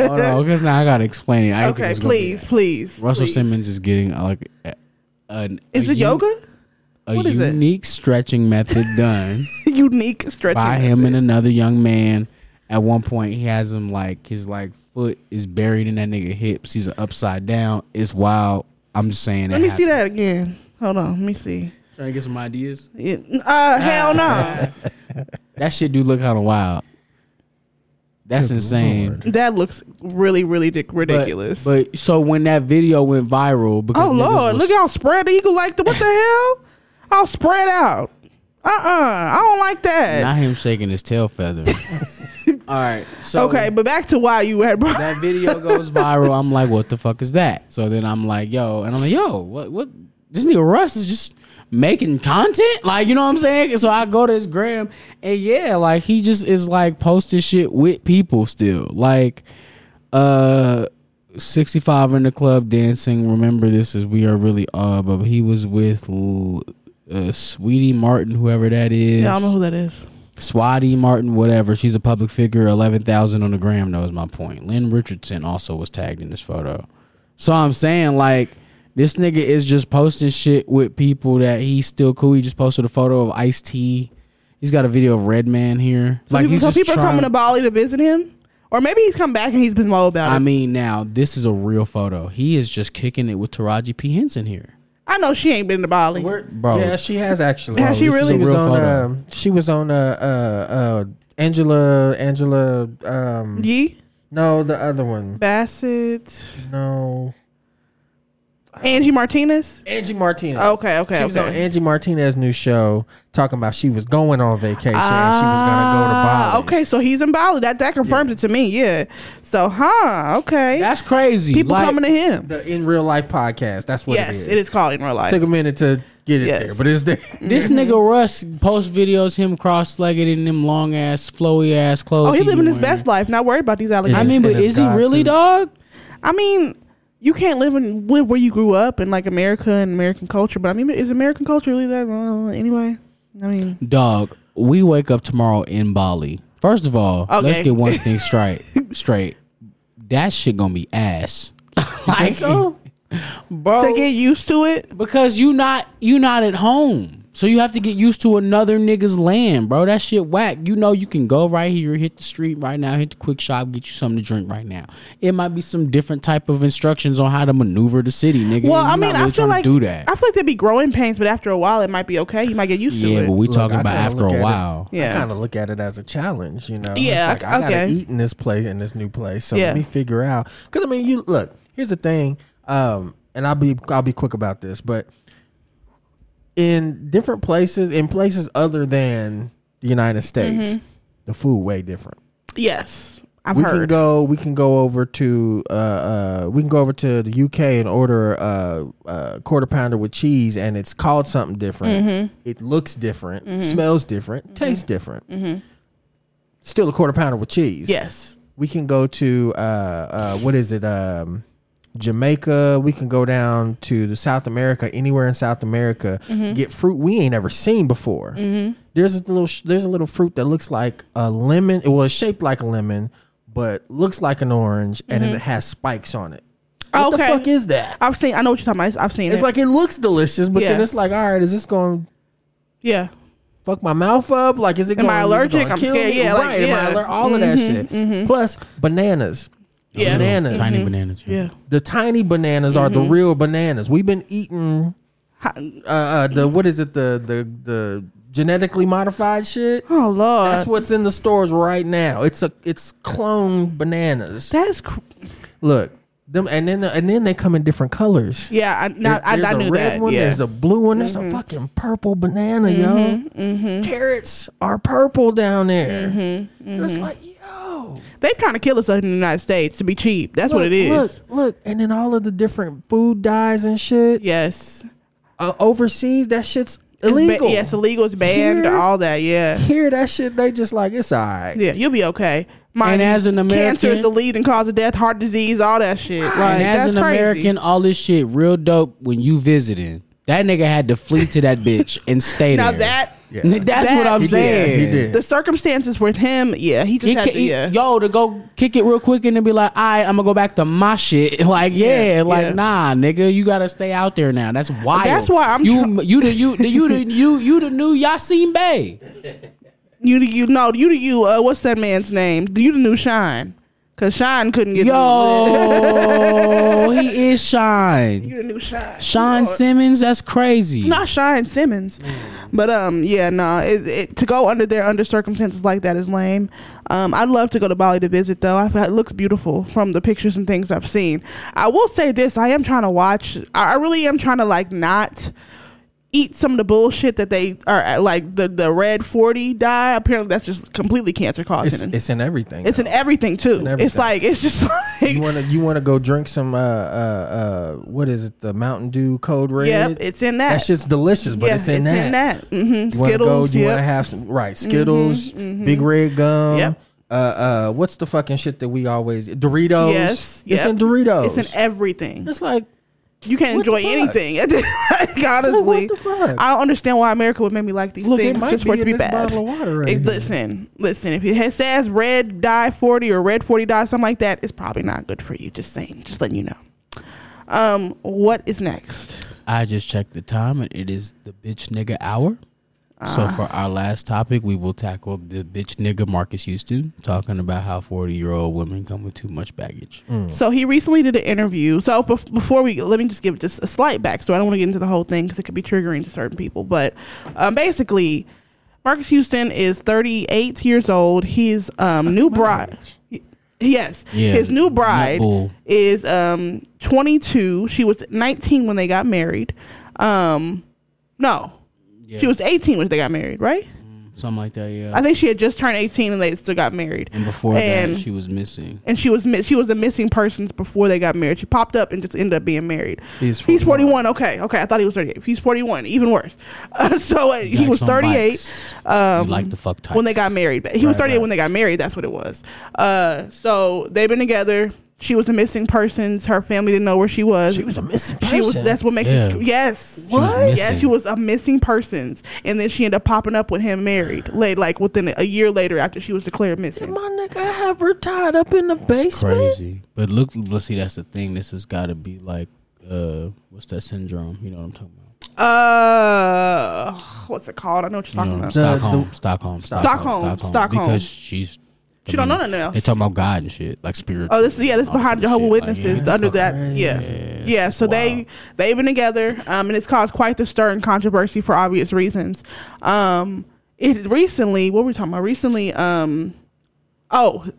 Speaker 3: Hold on, because now I gotta explain it. I didn't think
Speaker 1: Okay,
Speaker 3: it was gonna be
Speaker 1: please,
Speaker 3: that.
Speaker 1: please.
Speaker 3: Russell
Speaker 1: please.
Speaker 3: Simmons is getting uh, like a- an.
Speaker 1: Is
Speaker 3: a
Speaker 1: it
Speaker 3: u-
Speaker 1: yoga?
Speaker 3: A
Speaker 1: What is it?
Speaker 3: unique stretching method done
Speaker 1: Unique stretching.
Speaker 3: by
Speaker 1: method.
Speaker 3: him and another young man. At one point, he has him like his like foot is buried in that nigga hips. He's upside down. It's wild. I'm just saying.
Speaker 1: Let me see that again. Hold on. Let me see.
Speaker 3: Trying to get some ideas.
Speaker 1: Yeah. Uh, hell no.
Speaker 3: That shit do look kind of wild. That's insane.
Speaker 1: That looks really, really dic-
Speaker 3: But-
Speaker 1: ridiculous.
Speaker 3: But, so when that video went viral, because
Speaker 1: oh
Speaker 3: niggas
Speaker 1: lord,
Speaker 3: was-
Speaker 1: look how spread eagle like the what the hell? I'll spread out. Uh uh I don't like that.
Speaker 3: not him shaking his tail feather. All right, so
Speaker 1: okay, but back to why you had brought.
Speaker 3: that video goes viral. I'm like, what the fuck is that? So then I'm like, yo, and I'm like, yo, what, what? This nigga Russ is just making content, like you know what I'm saying. So I go to his gram, and yeah, like he just is like posting shit with people still, like, uh. 65 in the club dancing. Remember, this is we are really uh, but he was with L- uh, Sweetie Martin, whoever that is.
Speaker 1: Yeah, I don't know who that is.
Speaker 3: Swati Martin, whatever. She's a public figure. Eleven thousand on the gram. That was my point. Lynn Richardson also was tagged in this photo. So I'm saying like this nigga is just posting shit with people that he's still cool. He just posted a photo of Ice T. He's got a video of Redman here.
Speaker 1: So
Speaker 3: like
Speaker 1: people,
Speaker 3: he's
Speaker 1: so
Speaker 3: just
Speaker 1: people are
Speaker 3: trying-
Speaker 1: coming to Bali to visit him, or maybe he's come back and he's been low about
Speaker 3: I
Speaker 1: it.
Speaker 3: mean, now this is a real photo. He is just kicking it with Taraji P Henson here.
Speaker 1: I know she ain't been to Bali.
Speaker 3: Bro.
Speaker 2: Yeah, she has actually.
Speaker 1: Has she
Speaker 2: This is
Speaker 1: really?
Speaker 2: a
Speaker 3: Real
Speaker 2: was on,
Speaker 3: photo.
Speaker 2: um, she was on uh, uh, uh, Angela Angela. Um,
Speaker 1: Yee
Speaker 2: No, the other one.
Speaker 1: Bassett,
Speaker 2: No,
Speaker 1: Angie Martinez.
Speaker 2: Angie Martinez.
Speaker 1: Okay, okay,
Speaker 2: She was on
Speaker 1: okay.
Speaker 2: Angie Martinez's new show talking about she was going on vacation
Speaker 1: Ah,
Speaker 2: and she was going to go to Bali.
Speaker 1: Okay, so he's in Bali. That that confirms it to me. Yeah. So, huh? Okay.
Speaker 3: That's crazy.
Speaker 1: People
Speaker 3: Like,
Speaker 1: coming to him.
Speaker 2: The in real life podcast. That's what
Speaker 1: Yes,
Speaker 2: it is.
Speaker 1: it is calling real life.
Speaker 2: Took a minute to get it
Speaker 1: Yes.
Speaker 2: there, but it's there.
Speaker 3: This nigga Russ posts videos him cross legged in them long ass flowy ass clothes.
Speaker 1: Oh, he's
Speaker 3: he be
Speaker 1: living his
Speaker 3: wearing.
Speaker 1: best life. Not worried about these allegations.
Speaker 3: I
Speaker 2: Yes,
Speaker 3: mean, but
Speaker 2: and his
Speaker 3: is he
Speaker 2: God
Speaker 3: really,
Speaker 2: suits.
Speaker 3: dog?
Speaker 1: I mean, you can't live in live where you grew up in like America and American culture. But I mean, is American culture really that wrong anyway? I mean,
Speaker 3: Dog, we wake up tomorrow in Bali. First of all, let's
Speaker 1: Okay.
Speaker 3: get one thing straight. straight, that shit gonna be ass.
Speaker 2: Think so?
Speaker 3: bro,
Speaker 1: to get used to it.
Speaker 3: because you not you not at home. So you have to get used to another nigga's land, bro. That shit whack. You know you can go right here, hit the street right now, hit the quick shop, get you something to drink right now. It might be some different type of instructions on how to maneuver the city, nigga.
Speaker 1: Well,
Speaker 3: You're
Speaker 1: I
Speaker 3: not
Speaker 1: mean,
Speaker 3: really
Speaker 1: I feel
Speaker 3: trying to
Speaker 1: like
Speaker 3: do that.
Speaker 1: I feel like there'd be growing pains, but after a while, it might be okay. You might get used
Speaker 3: yeah,
Speaker 1: to it.
Speaker 3: but we
Speaker 2: Look,
Speaker 3: talking
Speaker 2: I
Speaker 3: about
Speaker 2: kinda
Speaker 3: after
Speaker 2: look
Speaker 3: a
Speaker 2: at it-
Speaker 3: while.
Speaker 1: Yeah.
Speaker 2: I kind of look at it as a challenge, you know.
Speaker 1: Yeah,
Speaker 2: It's like, I gotta
Speaker 1: okay.
Speaker 2: eat in this place in this new place, so
Speaker 1: Yeah.
Speaker 2: let me figure out. Because I mean, you look. Here's the thing, um, and I'll be I'll be quick about this, but in different places, in places other than the United States, the food way different.
Speaker 1: Yes, I've
Speaker 2: we can
Speaker 1: heard.
Speaker 2: go. We can go over to. Uh, uh, we can go over to the UK and order a, a quarter pounder with cheese, and it's called something different.
Speaker 1: Mm-hmm.
Speaker 2: It looks different, smells different, tastes different.
Speaker 1: Mm-hmm.
Speaker 2: Still a quarter pounder with cheese.
Speaker 1: Yes,
Speaker 2: We can go to uh, uh, what is it? Um, Jamaica. We can go down to the South America. Anywhere in South America,
Speaker 1: Mm-hmm.
Speaker 2: get fruit we ain't ever seen before. There's a little. sh- There's a little fruit that looks like a lemon. It was shaped like a lemon, but looks like an orange, and it has spikes on it. What
Speaker 1: Mm-hmm. Oh, Okay.
Speaker 2: the fuck is that?
Speaker 1: I've seen. I know what you're talking about. It's- I've seen
Speaker 2: It's
Speaker 1: it.
Speaker 2: like it looks delicious, but then
Speaker 1: Yeah.
Speaker 2: it's like, all right, is this going? to
Speaker 1: yeah,
Speaker 2: Fuck my mouth up! Like, is it?
Speaker 1: Am
Speaker 2: gonna,
Speaker 1: I
Speaker 2: is it
Speaker 1: allergic?
Speaker 2: gonna
Speaker 1: I'm
Speaker 2: kill
Speaker 1: scared.
Speaker 2: me?
Speaker 1: Yeah, like,
Speaker 2: right. Am I
Speaker 1: yeah. Mm-hmm,
Speaker 2: aller- all of that shit. Plus bananas.
Speaker 1: yeah,
Speaker 2: Banana.
Speaker 3: Tiny bananas.
Speaker 1: yeah.
Speaker 2: the tiny bananas are the
Speaker 1: Mm-hmm.
Speaker 2: real bananas. We've been eating
Speaker 1: How-
Speaker 2: uh, uh, the what is it the the the genetically modified shit.
Speaker 1: Oh lord,
Speaker 2: That's what's in the stores right now. It's a it's clone bananas.
Speaker 1: that's cr-
Speaker 2: Look them, and then and then they come in different colors.
Speaker 1: yeah. I, now, I,
Speaker 2: There's
Speaker 1: I
Speaker 2: a
Speaker 1: knew
Speaker 2: red
Speaker 1: that.
Speaker 2: one.
Speaker 1: yeah, Mm-hmm.
Speaker 2: There's a blue one. There's a fucking purple banana, yo. Carrots are purple down there.
Speaker 1: Mm-hmm,
Speaker 2: And it's like, yo,
Speaker 1: they kind of kill us in the United States to be cheap. That's what
Speaker 2: look,
Speaker 1: it is.
Speaker 2: Look, look, and then all of the different food dyes and shit.
Speaker 1: Yes,
Speaker 2: uh, overseas that shit's
Speaker 1: It's ba-
Speaker 2: illegal.
Speaker 1: yes, illegal. It's banned.
Speaker 2: Here?
Speaker 1: All that. Yeah,
Speaker 2: Here that shit they just like it's all right.
Speaker 1: yeah. You'll be okay. My
Speaker 3: And as an
Speaker 1: cancer is
Speaker 3: American-
Speaker 1: the leading cause of death, heart disease, all that shit. Like
Speaker 3: and as
Speaker 1: that's
Speaker 3: an
Speaker 1: crazy.
Speaker 3: American, all this shit real dope when you visiting. That nigga had to flee to that bitch and stay
Speaker 1: now
Speaker 3: there.
Speaker 1: that
Speaker 3: Nigga, that's
Speaker 1: That-
Speaker 3: what I'm
Speaker 1: He
Speaker 2: did,
Speaker 3: saying.
Speaker 2: he did.
Speaker 1: the circumstances with him, yeah, he just
Speaker 3: He
Speaker 1: had
Speaker 3: ca-
Speaker 1: to.
Speaker 3: he-
Speaker 1: Yeah.
Speaker 3: Yo, to go kick it real quick and then be like, all right, I'm gonna go back to my shit. Like, yeah,
Speaker 1: Yeah,
Speaker 3: like
Speaker 1: yeah.
Speaker 3: nah, nigga, you gotta stay out there now. That's wild.
Speaker 1: That's why I'm
Speaker 3: you. you the you the, you the you you the new Yasin Bey.
Speaker 1: You the you no you the you uh what's that man's name? You the new Shine, cause Shine couldn't get
Speaker 3: Yo, he is Shine.
Speaker 1: You the new Shine.
Speaker 3: Sean
Speaker 1: Lord.
Speaker 3: Simmons, that's crazy.
Speaker 1: Not Shine Simmons, but um yeah no it, it, to go under there under circumstances like that is lame. Um I'd love to go to Bali to visit though. I've, it looks beautiful from the pictures and things I've seen. I will say this: I am trying to watch. I, I really am trying to like not eat some of the bullshit that they are uh, like the the red forty dye. Apparently that's just completely cancer
Speaker 2: It's,
Speaker 1: causing.
Speaker 2: it's in everything.
Speaker 1: It's in everything too.
Speaker 2: in everything.
Speaker 1: It's like it's just
Speaker 2: you
Speaker 1: like
Speaker 2: wanna you wanna go drink some uh uh uh what is it the Mountain Dew Code Red?
Speaker 1: yep, it's in that.
Speaker 2: that shit's delicious, but
Speaker 1: yeah,
Speaker 2: it's in that.
Speaker 1: Mm-hmm.
Speaker 2: You wanna
Speaker 1: Skittles.
Speaker 2: go? You
Speaker 1: yep. Mm-hmm,
Speaker 2: wanna have some right Skittles, Big Red gum.
Speaker 1: Yep.
Speaker 2: Uh, uh, what's the fucking shit that we always Doritos?
Speaker 1: Yes,
Speaker 2: it's
Speaker 1: yep.
Speaker 2: in Doritos.
Speaker 1: It's in everything.
Speaker 2: It's like
Speaker 1: You can't
Speaker 2: What the
Speaker 1: enjoy
Speaker 2: fuck?
Speaker 1: anything. like, honestly,
Speaker 2: the fuck?
Speaker 1: I don't understand why America would make me like these
Speaker 2: Look, it
Speaker 1: things
Speaker 2: might
Speaker 1: just for
Speaker 2: be
Speaker 1: it to
Speaker 2: in
Speaker 1: be
Speaker 2: this
Speaker 1: bad.
Speaker 2: bottle of water right
Speaker 1: It-
Speaker 2: here.
Speaker 1: listen, listen. If it has- says red dye forty or red forty dye something like that, it's probably not good for you. Just saying. Just letting you know. Um, what is next?
Speaker 3: I just checked the time and it is the bitch nigga hour. So
Speaker 1: Ah.
Speaker 3: for our last topic, we will tackle the bitch nigga Marcus Houston talking about how 40 year old women come with too much baggage.
Speaker 1: So he recently did an interview. So bef- before we let me just give just a slight backstory. I don't want to get into the whole thing because it could be triggering to certain people. But um, basically, Marcus Houston is 38 years old. His um, new bride, Y- yes,
Speaker 3: Yeah,
Speaker 1: his new
Speaker 3: Nut
Speaker 1: bride
Speaker 3: Bull.
Speaker 1: is um, 22. She was 19 when they got married. Um, no,
Speaker 3: Yeah.
Speaker 1: she was 18 when they got married, right?
Speaker 3: Something like that, yeah.
Speaker 1: I think she had just turned 18 and they still got married.
Speaker 3: and before
Speaker 1: and-
Speaker 3: that, she was missing.
Speaker 1: and she was mi- she was a missing persons before they got married. She popped up and just ended up being married.
Speaker 2: He's
Speaker 1: He's 41. Okay, okay. I thought he was 38. He's 41. Even worse. Uh, so uh, he
Speaker 3: Yikes
Speaker 1: was
Speaker 3: on
Speaker 1: 38
Speaker 3: bikes.
Speaker 1: um,
Speaker 3: you like the fuck types.
Speaker 1: when they got married. But He was
Speaker 2: Right,
Speaker 1: 38
Speaker 2: right.
Speaker 1: when they got married. That's what it was. Uh, so they've been together. She was a missing persons. Her family didn't know where she was.
Speaker 2: She was a missing
Speaker 1: She
Speaker 2: person.
Speaker 1: was. That's what makes
Speaker 3: Yeah.
Speaker 1: it. sc- Yes.
Speaker 3: was What? missing.
Speaker 1: Yeah, she was a missing persons, and then she ended up popping up with him married, late like within a year later after she was declared missing.
Speaker 2: my nigga have her tied up in the basement.
Speaker 3: Crazy. But look, let's see, that's the thing. This has got to be like, uh, what's that syndrome? You know what I'm talking about?
Speaker 1: Uh, what's it called? I know what you're
Speaker 3: You
Speaker 1: talking
Speaker 3: know,
Speaker 1: about.
Speaker 2: so-
Speaker 3: Stockholm, Stockholm, Stockholm,
Speaker 1: Stockholm, Stockholm.
Speaker 3: Because she's.
Speaker 1: She don't know nothing else.
Speaker 3: They talking about God and shit, like spiritual.
Speaker 1: Oh, this yeah, this
Speaker 3: all
Speaker 1: behind
Speaker 3: sort of
Speaker 1: Jehovah
Speaker 3: shit, like,
Speaker 1: Witnesses
Speaker 3: yeah.
Speaker 1: under that
Speaker 2: crazy.
Speaker 1: yeah
Speaker 3: Yeah,
Speaker 1: yeah. so they
Speaker 3: wild.
Speaker 1: they've been together, um, and it's caused quite the stir and controversy for obvious reasons. Um, it recently what were we talking about recently? Um, oh.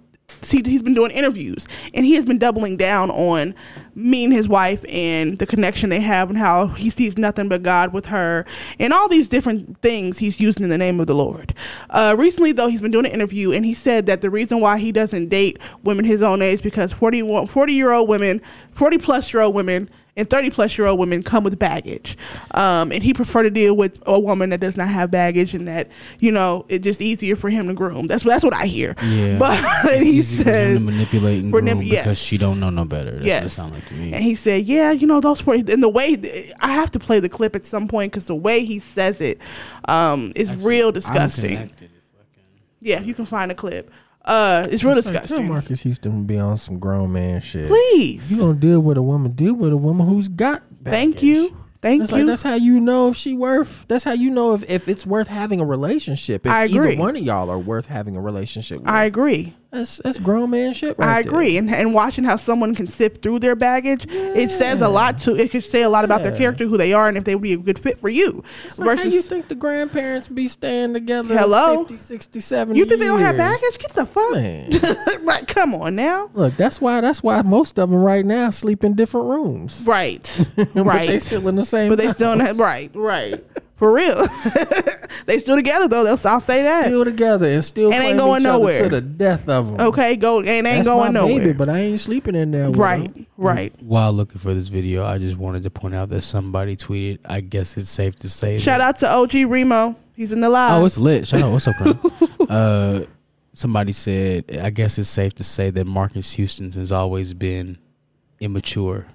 Speaker 1: See, he's been doing interviews and he has been doubling down on me and his wife and the connection they have and how he sees nothing but God with her and all these different things he's using in the name of the Lord. Uh, recently, though, he's been doing an interview and he said that the reason why he doesn't date women his own age because 41, 40 year old women, 40 plus year old women, and 30 plus year old women come with baggage. Um, and he prefer to deal with a woman that does not have baggage and that, you know, it's just easier for him to groom. That's, that's what I hear.
Speaker 3: Yeah.
Speaker 1: But
Speaker 3: It's
Speaker 1: he
Speaker 3: easy for him
Speaker 1: says,
Speaker 3: to manipulate and
Speaker 1: for
Speaker 3: groom
Speaker 1: nip- yes.
Speaker 3: because she don't know no better. That's what it
Speaker 1: Yes.
Speaker 3: sound like to
Speaker 1: And
Speaker 3: me.
Speaker 1: he said, "Yeah, you know those four. And the way I have to play the clip at some point because the way he says it um, is real disgusting. Yeah, you can find a clip. Uh, it's real
Speaker 2: Tell
Speaker 1: disgusting.
Speaker 2: Marcus Houston to be on some grown man shit. You
Speaker 1: Please,
Speaker 2: gonna deal with a woman? Deal with a woman who's got.
Speaker 1: thank
Speaker 2: baggage.
Speaker 1: you, thank
Speaker 2: That's
Speaker 1: you.
Speaker 2: like that's how you know if she worth. That's how you know if, if it's worth having a relationship. If
Speaker 1: I agree.
Speaker 2: Either one of y'all are worth having a relationship. With.
Speaker 1: I agree.
Speaker 2: that's that's grown man shit. Right
Speaker 1: I agree. And and watching how someone can sift through their baggage, it says a lot to. It could say a lot about their
Speaker 2: Yeah.
Speaker 1: character, who they are, and if they would be a good fit for you.
Speaker 2: There. Versus, how you
Speaker 1: versus
Speaker 2: think the grandparents be staying together?
Speaker 1: Hello?
Speaker 2: 50, 60, 70
Speaker 1: you think they don't have
Speaker 2: years?
Speaker 1: baggage? Get the fuck.
Speaker 2: Man.
Speaker 1: like, come on now.
Speaker 2: Look, that's why that's why most of them right now sleep in different rooms.
Speaker 1: Right.
Speaker 2: but
Speaker 1: right.
Speaker 2: they still in the same.
Speaker 1: But they still don't have, right, right. For real. they still together though. They'll I'll say that.
Speaker 2: still together and still
Speaker 1: And ain't
Speaker 2: claim
Speaker 1: going
Speaker 2: each other
Speaker 1: nowhere.
Speaker 2: to the death of them.
Speaker 1: okay, go and ain't
Speaker 2: that's
Speaker 1: going
Speaker 2: my
Speaker 1: nowhere.
Speaker 2: baby, but I ain't sleeping in there. With 'em.
Speaker 1: right, right.
Speaker 3: While looking for this video, I just wanted to point out that somebody tweeted. I guess it's safe to say.
Speaker 1: Shout
Speaker 3: that,
Speaker 1: out to OG Remo. He's in the live.
Speaker 3: Oh, it's lit. Shout out. What's up, Crown? uh, somebody said. I guess it's safe to say that Marcus Houston has always been immature.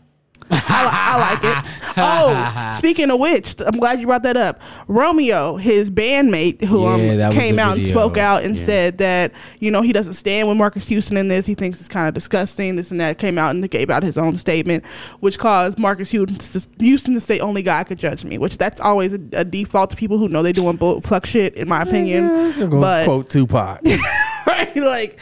Speaker 1: I, li- I like it. Oh, speaking of which, th- I'm glad you brought that up. Romeo, his bandmate, who
Speaker 3: Yeah, that
Speaker 1: um,
Speaker 3: was
Speaker 1: came
Speaker 3: the
Speaker 1: out and
Speaker 3: video.
Speaker 1: spoke out and
Speaker 3: Yeah.
Speaker 1: said that you know he doesn't stand with Marcus Houston in this. He thinks it's kind of disgusting. This and that came out and gave out his own statement, which caused Marcus Houston to, Houston to say only God could judge me. Which that's always a, a default to people who know they're doing bull fuck shit, in my opinion.
Speaker 2: You're gonna
Speaker 1: But
Speaker 2: quote Tupac.
Speaker 1: right, like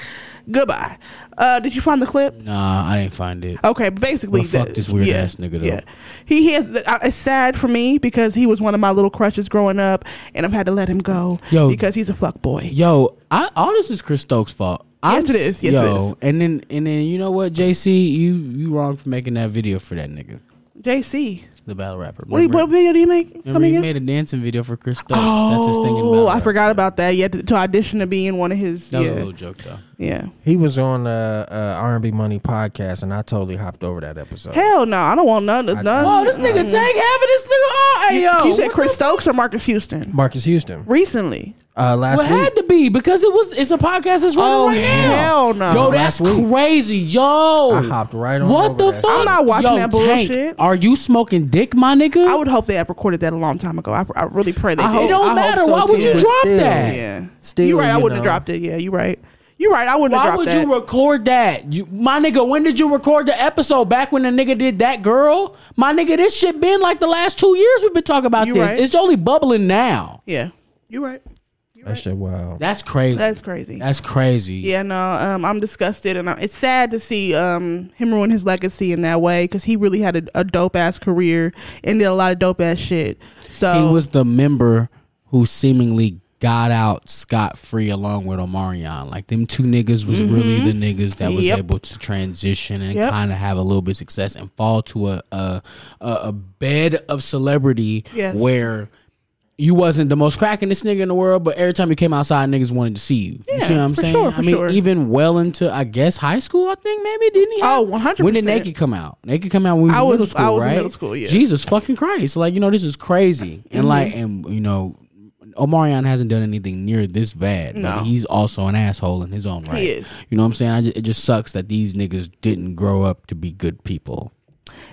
Speaker 1: goodbye. Uh, did you find the clip?
Speaker 3: Nah, I didn't find it.
Speaker 1: Okay, but basically,
Speaker 3: Well, fuck
Speaker 1: the-
Speaker 3: this weird ass nigga, though.
Speaker 1: Yeah, he, he has. I- It's sad for me because he was one of my little crushes growing up, and I've had to let him go
Speaker 3: Yo.
Speaker 1: because he's a fuck boy.
Speaker 3: Yo, I, all this is Chris Stokes' fault. I'm
Speaker 1: Yes, it is.
Speaker 3: s-
Speaker 1: Yes, it is.
Speaker 3: and then and then you know what, JC, you you wrong for making that video for that nigga,
Speaker 1: JC,
Speaker 3: the battle rapper.
Speaker 1: what, do you- what video do you make?
Speaker 3: Remember
Speaker 1: Coming
Speaker 3: he
Speaker 1: in?
Speaker 3: made a dancing video for Chris Stokes. That's his thing. in battle
Speaker 1: oh, I
Speaker 3: rap.
Speaker 1: forgot about that. You had to, to audition to be in one of his.
Speaker 3: That was
Speaker 1: yeah,
Speaker 3: a little joke though.
Speaker 1: yeah.
Speaker 2: he was on uh, uh, R and B Money podcast, and I totally hopped over that episode.
Speaker 1: Hell no, I don't want none. of none.
Speaker 3: Oh, this nigga Tank having this nigga. Oh, hey yo,
Speaker 1: you said
Speaker 3: what
Speaker 1: Chris Stokes or Marcus Houston
Speaker 2: Marcus Houston
Speaker 1: recently?
Speaker 2: uh, last
Speaker 3: Well, it
Speaker 2: week.
Speaker 3: had to be because it was. It's a podcast that's running
Speaker 1: Oh,
Speaker 3: right
Speaker 1: hell
Speaker 3: now.
Speaker 1: no.
Speaker 3: Yo, that's
Speaker 2: Last week.
Speaker 3: crazy. Yo,
Speaker 2: I hopped right on
Speaker 3: What
Speaker 2: over
Speaker 3: the
Speaker 2: that.
Speaker 3: fuck?
Speaker 1: I'm not watching
Speaker 3: Yo,
Speaker 1: that
Speaker 3: Tank,
Speaker 1: bullshit.
Speaker 3: Are you smoking dick, my nigga?
Speaker 1: I would hope they have recorded that a long time ago. I, I really pray they
Speaker 2: I
Speaker 1: did.
Speaker 2: hope-
Speaker 3: it don't
Speaker 2: hope
Speaker 3: matter.
Speaker 2: so,
Speaker 3: Why would
Speaker 2: too,
Speaker 3: you
Speaker 2: but
Speaker 3: drop
Speaker 2: still.
Speaker 3: that?
Speaker 1: yeah,
Speaker 2: Still,
Speaker 1: you're right. I
Speaker 2: you
Speaker 1: wouldn't have
Speaker 2: know.
Speaker 1: dropped it. Yeah, you're right. You're right. I wouldn't have
Speaker 3: Why
Speaker 1: dropped
Speaker 3: would
Speaker 1: that.
Speaker 3: you record that? You, my nigga, when did you record the episode? Back when the nigga did that girl? My nigga, this shit been like the last two years we've been talking about
Speaker 1: You
Speaker 3: this.
Speaker 1: right.
Speaker 3: It's only bubbling now.
Speaker 1: yeah, you're right.
Speaker 2: That shit, wow.
Speaker 3: That's crazy.
Speaker 1: That's crazy.
Speaker 3: That's crazy.
Speaker 1: Yeah, no, um, I'm disgusted, and I, it's sad to see um, him ruin his legacy in that way because he really had a, a dope ass career and did a lot of dope ass shit. So
Speaker 3: He was the member who seemingly got out scot free along with Omarion. Like them two niggas was really the niggas that was
Speaker 1: Mm-hmm. Yep.
Speaker 3: able to transition and
Speaker 1: Yep.
Speaker 3: kind of have a little bit of success and fall to a a, a, a bed of celebrity
Speaker 1: Yes.
Speaker 3: where you wasn't the most crackin'est nigga in the world, but every time you came outside, niggas wanted to see you. you see
Speaker 1: Yeah,
Speaker 3: what I'm
Speaker 1: for
Speaker 3: saying?
Speaker 1: sure, for
Speaker 3: I mean,
Speaker 1: sure.
Speaker 3: even well into I guess high school, I think maybe didn't he?
Speaker 1: Oh,
Speaker 3: have- When did
Speaker 1: 100%.
Speaker 3: Naked come out? Naked come out when we was
Speaker 1: I
Speaker 3: in
Speaker 1: was-
Speaker 3: middle school,
Speaker 1: I was in
Speaker 3: right?
Speaker 1: middle school, yeah.
Speaker 3: Jesus fucking Christ. Like, you know, this is crazy. And like
Speaker 1: Mm-hmm.
Speaker 3: and you know, Omarion hasn't done anything near this bad.
Speaker 1: No.
Speaker 3: But he's also an asshole in his own right.
Speaker 1: is.
Speaker 3: You know what I'm saying? I just, it just sucks that these niggas didn't grow up to be good people.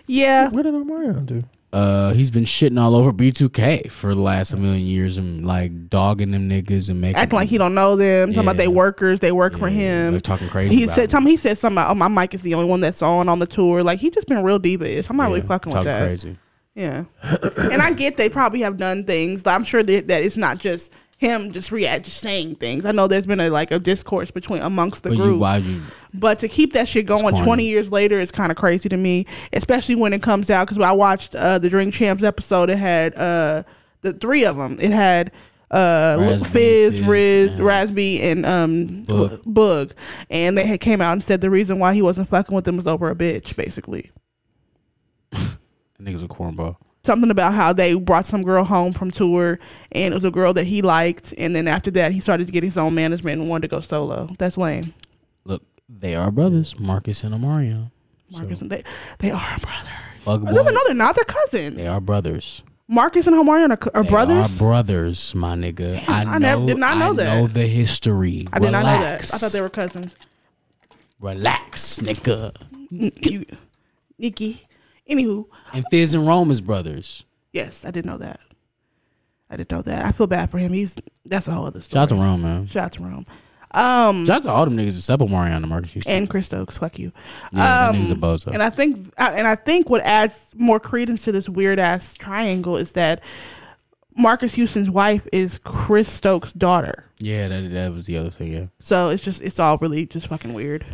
Speaker 1: yeah,
Speaker 2: What did Omarion do?
Speaker 3: Uh, he's been shitting all over B2K for the last a million years and like dogging them niggas and making
Speaker 1: Mm. acting like he don't know them, talking about
Speaker 3: Yeah.
Speaker 1: they workers, they work for
Speaker 3: Yeah,
Speaker 1: him.
Speaker 3: They're talking crazy.
Speaker 1: He
Speaker 3: about
Speaker 1: said,
Speaker 3: him.
Speaker 1: "Tom, he said something about, oh, my mic is the only one that's on on the tour. Like he just been real diva-ish. I'm not
Speaker 3: Yeah,
Speaker 1: really fucking with
Speaker 3: talking
Speaker 1: that.
Speaker 3: Crazy.
Speaker 1: Yeah. and I get they probably have done things. I'm sure that, that it's not just him just react just saying things. I know there's been a like a discourse between amongst the
Speaker 3: But you,
Speaker 1: group.
Speaker 3: why you?
Speaker 1: But to keep that shit going
Speaker 3: corny.
Speaker 1: 20 years later is kind of crazy to me, especially when it comes out. Because I watched uh, the Drink Champs episode. It had uh, the three of them. It had uh, Lil
Speaker 3: Raspy,
Speaker 1: Fizz,
Speaker 3: Fizz,
Speaker 1: Riz,
Speaker 3: and-
Speaker 1: Raspy, and um,
Speaker 3: Boog.
Speaker 1: Boog. And they had came out and said the reason why he wasn't fucking with them was over a bitch, basically.
Speaker 3: Niggas a cornball.
Speaker 1: Something about how they brought some girl home from tour, and it was a girl that he liked. And then after that, he started to get his own management and wanted to go solo. That's lame.
Speaker 3: Look, they are brothers, Marcus and Omarion.
Speaker 1: Marcus, and they they are brothers.
Speaker 3: Bug
Speaker 1: No,
Speaker 3: boy,
Speaker 1: no, they're not. They're cousins.
Speaker 3: they are brothers.
Speaker 1: Marcus and Omarion are, c- are
Speaker 3: They
Speaker 1: brothers.
Speaker 3: are brothers, my nigga. I,
Speaker 1: I
Speaker 3: know,
Speaker 1: nev- did not know
Speaker 3: I
Speaker 1: that.
Speaker 3: know the history.
Speaker 1: I did not
Speaker 3: Relax.
Speaker 1: know that. I thought they were cousins.
Speaker 3: Relax, nigga.
Speaker 1: You, Nikki. Anywho,
Speaker 3: And Fizz and Rome is brothers.
Speaker 1: yes, I did know that. I did know that. I feel bad for him. He's that's a whole other story.
Speaker 3: Shout out to Rome, man.
Speaker 1: Shout out to Rome. Um,
Speaker 3: Shout out to all them niggas except Omarion and Marcus Houston.
Speaker 1: and Chris Stokes. Fuck you.
Speaker 3: Yeah,
Speaker 1: um,
Speaker 3: that nigga's a bozo.
Speaker 1: And I think, and I think what adds more credence to this weird ass triangle is that Marcus Houston's wife is Chris Stokes' daughter.
Speaker 3: yeah, that, that was the other thing, yeah.
Speaker 1: So it's just, it's all really just fucking weird.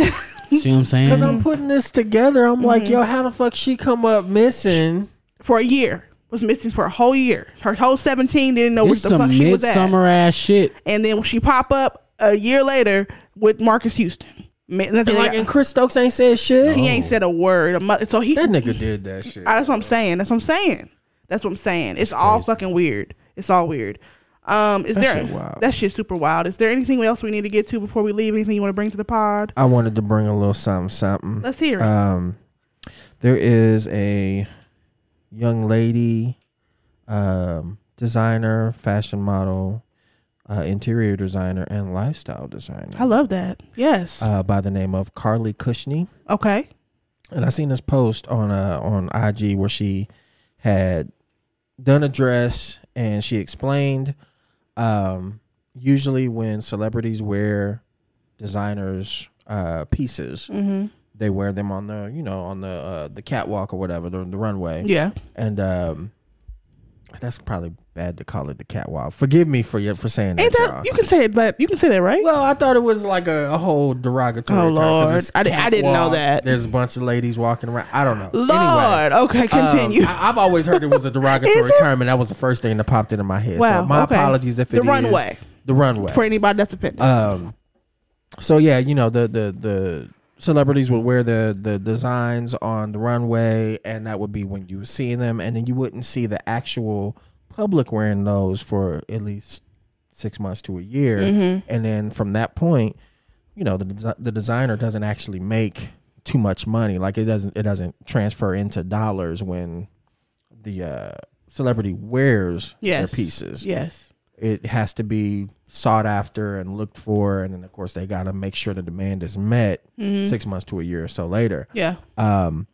Speaker 3: See what I'm
Speaker 2: Because
Speaker 3: saying?
Speaker 2: I'm putting this together, I'm like,
Speaker 1: Mm-hmm.
Speaker 2: yo, how the fuck she come up missing?
Speaker 1: for a year. Was missing for a whole year. Her whole seventeen didn't know
Speaker 3: It's
Speaker 1: where the
Speaker 3: some
Speaker 1: fuck she was at.
Speaker 3: midsummer ass shit.
Speaker 1: And then when she pop up a year later with Marcus Houston, Man, nothing
Speaker 2: And like,
Speaker 1: like
Speaker 2: and Chris Stokes ain't said shit.
Speaker 1: he
Speaker 3: Oh.
Speaker 1: ain't said a word. A mo- so he.
Speaker 2: That nigga did that shit.
Speaker 1: that's what I'm saying. That's what I'm saying. That's what I'm saying. It's all fucking weird. It's all weird. Um, is there
Speaker 2: shit wild.
Speaker 1: that shit super wild? Is there anything else we need to get to before we leave? Anything you want to bring to the pod?
Speaker 2: I wanted to bring a little something, something.
Speaker 1: Let's hear it.
Speaker 2: Um, there is a young lady, um, designer, fashion model, uh, interior designer, and lifestyle designer
Speaker 1: I love that. Yes.
Speaker 2: uh, by the name of Carly Cushney.
Speaker 1: okay.
Speaker 2: And I seen this post on uh, on IG where she had done a dress and she explained um, usually when celebrities wear designers uh, pieces
Speaker 1: hmm
Speaker 2: they wear them on the you know on the uh, the catwalk or whatever the, the runway
Speaker 1: Yeah.
Speaker 2: and um that's probably bad to call it the catwalk forgive me for you for saying that,
Speaker 1: Ain't that
Speaker 2: y'all.
Speaker 1: you can say that? You can say that, right?
Speaker 2: well i thought it was like a, a whole derogatory
Speaker 1: Oh,
Speaker 2: term 'cause
Speaker 1: Lord.
Speaker 2: it's
Speaker 1: I di- I didn't know
Speaker 2: catwalk,
Speaker 1: that.
Speaker 2: there's a bunch of ladies walking around i don't know Anyway,
Speaker 1: Lord. okay.
Speaker 2: um,
Speaker 1: Continue.
Speaker 2: I, have always heard it was a derogatory
Speaker 1: Is it?
Speaker 2: term, and that was the first thing that popped into my head.
Speaker 1: Wow,
Speaker 2: so my
Speaker 1: okay.
Speaker 2: apologies if it
Speaker 1: The
Speaker 2: is-
Speaker 1: runway.
Speaker 2: The runway.
Speaker 1: for anybody that's offended.
Speaker 2: Um, so yeah, you know the the the celebrities would wear the the designs on the runway, and that would be when you were seeing them, and then you wouldn't see the actual public wearing those for at least six months to a year, and then from that point, you know the desi- the designer doesn't actually make too much money. Like it doesn't it doesn't transfer into dollars when the uh, celebrity wears
Speaker 1: yes.
Speaker 2: their pieces
Speaker 1: Yes.
Speaker 2: it has to be sought after and looked for and then of course they got to make sure the demand is met
Speaker 1: Mm-hmm.
Speaker 2: six months to a year or so later
Speaker 1: Yeah.
Speaker 2: um,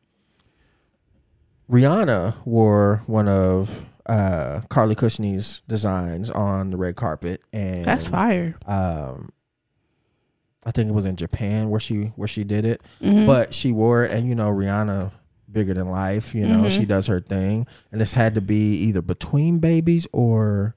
Speaker 2: rihanna wore one of uh, carly Cushney's designs on the red carpet and
Speaker 1: That's fire.
Speaker 2: um, i think it was in japan where she where she did it
Speaker 1: Mm-hmm.
Speaker 2: but she wore it and you know rihanna bigger than life you know
Speaker 1: Mm-hmm.
Speaker 2: she does her thing and this had to be either between babies or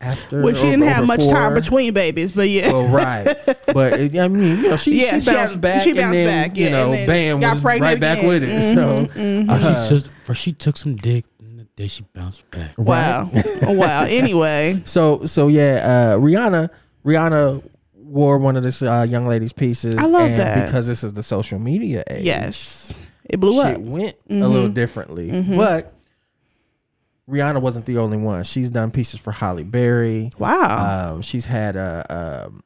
Speaker 2: after
Speaker 1: Well, she
Speaker 2: or-
Speaker 1: didn't
Speaker 2: or
Speaker 1: have much time
Speaker 2: before.
Speaker 1: between babies, but yeah.
Speaker 2: well, right, but it, I mean, you know, she,
Speaker 1: Yeah,
Speaker 2: she
Speaker 1: she
Speaker 2: bounced
Speaker 1: had-
Speaker 2: back,
Speaker 1: she
Speaker 2: and
Speaker 1: bounced
Speaker 2: then
Speaker 1: back, yeah,
Speaker 2: you know,
Speaker 1: and then
Speaker 2: bam,
Speaker 1: got
Speaker 2: was right
Speaker 1: pregnant
Speaker 2: back
Speaker 1: again. Mm-hmm. Uh,
Speaker 2: with it. So, mm-hmm.
Speaker 3: Bro, Oh, she, just, bro, she took some dick and the day she bounced back.
Speaker 1: Wow. wow. Anyway.
Speaker 2: so, so yeah, uh, Rihanna, Rihanna wore one of this uh, young lady's pieces.
Speaker 1: I love
Speaker 2: and
Speaker 1: that.
Speaker 2: because this is the social media age.
Speaker 1: Yes. It blew
Speaker 2: shit
Speaker 1: up. Mm-hmm.
Speaker 2: went a little differently. But Rihanna wasn't the only one. She's done pieces for Holly Berry.
Speaker 1: Wow.
Speaker 2: Um, she's had uh, um,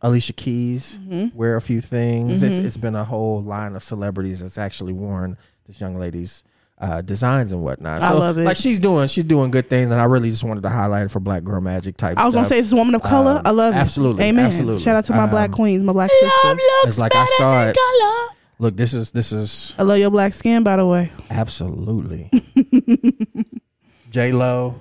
Speaker 2: Alicia Keys
Speaker 1: Mm-hmm.
Speaker 2: wear a few things. It's, it's been a whole line of celebrities that's actually worn this young lady's uh, designs and whatnot.
Speaker 1: I love it.
Speaker 2: Like she's doing, she's doing good things, and I really just wanted to highlight it for Black Girl Magic type.
Speaker 1: I was going to
Speaker 2: stuff.
Speaker 1: say, this is a woman of color.
Speaker 2: um,
Speaker 1: I love it.
Speaker 2: absolutely,
Speaker 1: Amen.
Speaker 2: absolutely.
Speaker 1: Shout out to my black
Speaker 2: Um,
Speaker 1: queens, my black sisters.
Speaker 2: it's like I saw it. Look, this is this is
Speaker 1: I love your black skin, by the way.
Speaker 2: absolutely J Lo.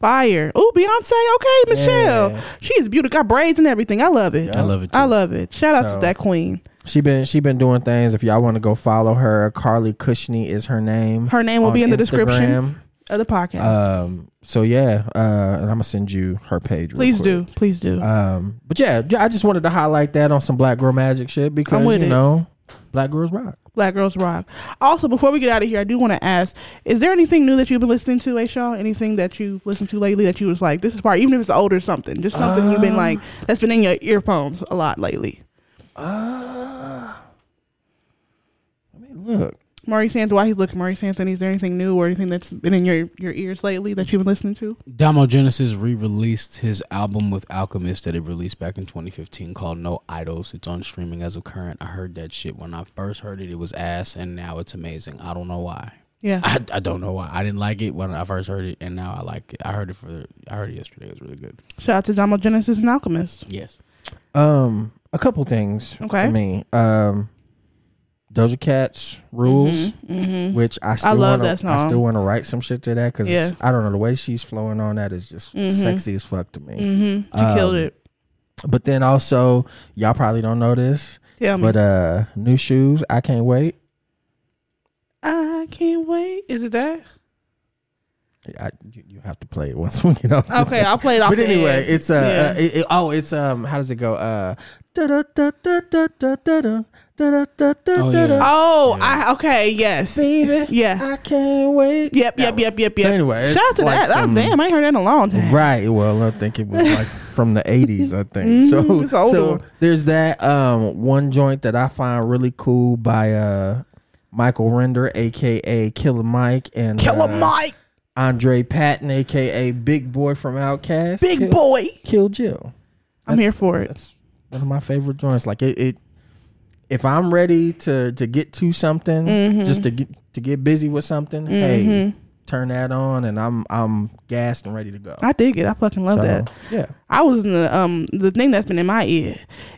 Speaker 1: Fire. Ooh, Beyonce. Okay, Michelle.
Speaker 2: Yeah.
Speaker 1: She is beautiful. Got braids and everything. I love it.
Speaker 3: I love it,
Speaker 1: I
Speaker 3: too.
Speaker 1: love it. Shout out
Speaker 2: So-
Speaker 1: to that queen.
Speaker 2: She been she been doing things. If y'all want to go follow her, Carly Cushney is her name.
Speaker 1: Her name will
Speaker 2: on
Speaker 1: be in the
Speaker 2: Instagram.
Speaker 1: description of the podcast.
Speaker 2: Um. So yeah, uh, and I'm gonna send you her page. real
Speaker 1: please
Speaker 2: quick.
Speaker 1: do, please do.
Speaker 2: Um. But yeah, j- I just wanted to highlight that on some Black Girl Magic shit because
Speaker 1: I'm with
Speaker 2: you
Speaker 1: it.
Speaker 2: know, Black girls rock.
Speaker 1: Black Girls Rock. Also, before we get out of here, I do want to ask: Is there anything new that you've been listening to, A. Shaw? Anything that you listened to lately that you was like, this is part, even if it's older something, just something you've
Speaker 2: Um,
Speaker 1: been like that's been in your earphones a lot lately.
Speaker 2: Uh, let me look.
Speaker 1: Maurice Anthony, while he's looking, Maurice Anthony, is there anything new or anything that's been in your your ears lately that you've been listening to?
Speaker 3: Damo Genesis re-released his album with Alchemist that it released back in 2015 called No Idols. It's on streaming as of current. I heard that shit when I first heard it. It was ass, and now it's amazing. I don't know why.
Speaker 1: Yeah,
Speaker 3: I, I don't know why. I didn't like it when I first heard it, and now I like it. I heard it for I heard it yesterday. It was really good.
Speaker 1: shout out to Damo Genesis and Alchemist.
Speaker 3: Yes.
Speaker 2: Um, a couple things.
Speaker 1: Okay.
Speaker 2: For me, um, Doja Cat's rules,
Speaker 1: Mm-hmm.
Speaker 2: which I still
Speaker 1: love
Speaker 2: wanna,
Speaker 1: that song.
Speaker 2: I still want to write some shit to that because
Speaker 1: Yeah.
Speaker 2: I don't know the way she's flowing on that is just
Speaker 1: Mhm.
Speaker 2: sexy as fuck to me.
Speaker 1: Mm-hmm. You
Speaker 2: Um,
Speaker 1: killed it.
Speaker 2: But then also, y'all probably don't know this,
Speaker 1: Mm. Tell me.
Speaker 2: but uh, new shoes. I can't wait.
Speaker 1: I can't wait. Is it that?
Speaker 2: I, you you have to play it once we get off.
Speaker 1: Okay, I'll play it off.
Speaker 2: But
Speaker 1: the
Speaker 2: anyway,
Speaker 1: end.
Speaker 2: it's uh,
Speaker 1: Yeah.
Speaker 2: uh it, it- oh, it's um, how does it go? Uh, da-da-da-da-da-da-da-da-da-da-da-da.
Speaker 1: oh,
Speaker 3: Yeah.
Speaker 1: I okay, yes,
Speaker 2: baby,
Speaker 1: yeah.
Speaker 2: I can't wait.
Speaker 1: Yep,
Speaker 2: That
Speaker 1: yep, yep,
Speaker 2: one.
Speaker 1: yep,
Speaker 2: So
Speaker 1: yep.
Speaker 2: anyway, it's
Speaker 1: Shout out to that.
Speaker 2: like some-
Speaker 1: oh, damn, I ain't heard that in a long time.
Speaker 2: Right. Well, I think it was like from the eighties. I think
Speaker 1: Mhm,
Speaker 2: so.
Speaker 1: it's an older
Speaker 2: So
Speaker 1: one.
Speaker 2: there's that um one joint that I find really cool by uh Michael Render, aka Killer Mike, and
Speaker 1: Killer
Speaker 2: uh,
Speaker 1: Mike,
Speaker 2: Andre Patton, aka Big Boy from Outkast.
Speaker 1: big
Speaker 2: Kill,
Speaker 1: boy.
Speaker 2: Kill Jill.
Speaker 1: I'm
Speaker 2: That's-
Speaker 1: here for it.
Speaker 2: That's one of my favorite joints. Like it, it if I'm ready to to get to something,
Speaker 1: Mhm.
Speaker 2: Mm-hmm. just to get to get busy with something, hey,
Speaker 1: Mhm.
Speaker 2: turn that on, and I'm I'm gassed and ready to go.
Speaker 1: I dig it. I fucking love
Speaker 2: So,
Speaker 1: that.
Speaker 2: Yeah.
Speaker 1: I was in the um the thing that's been in my ear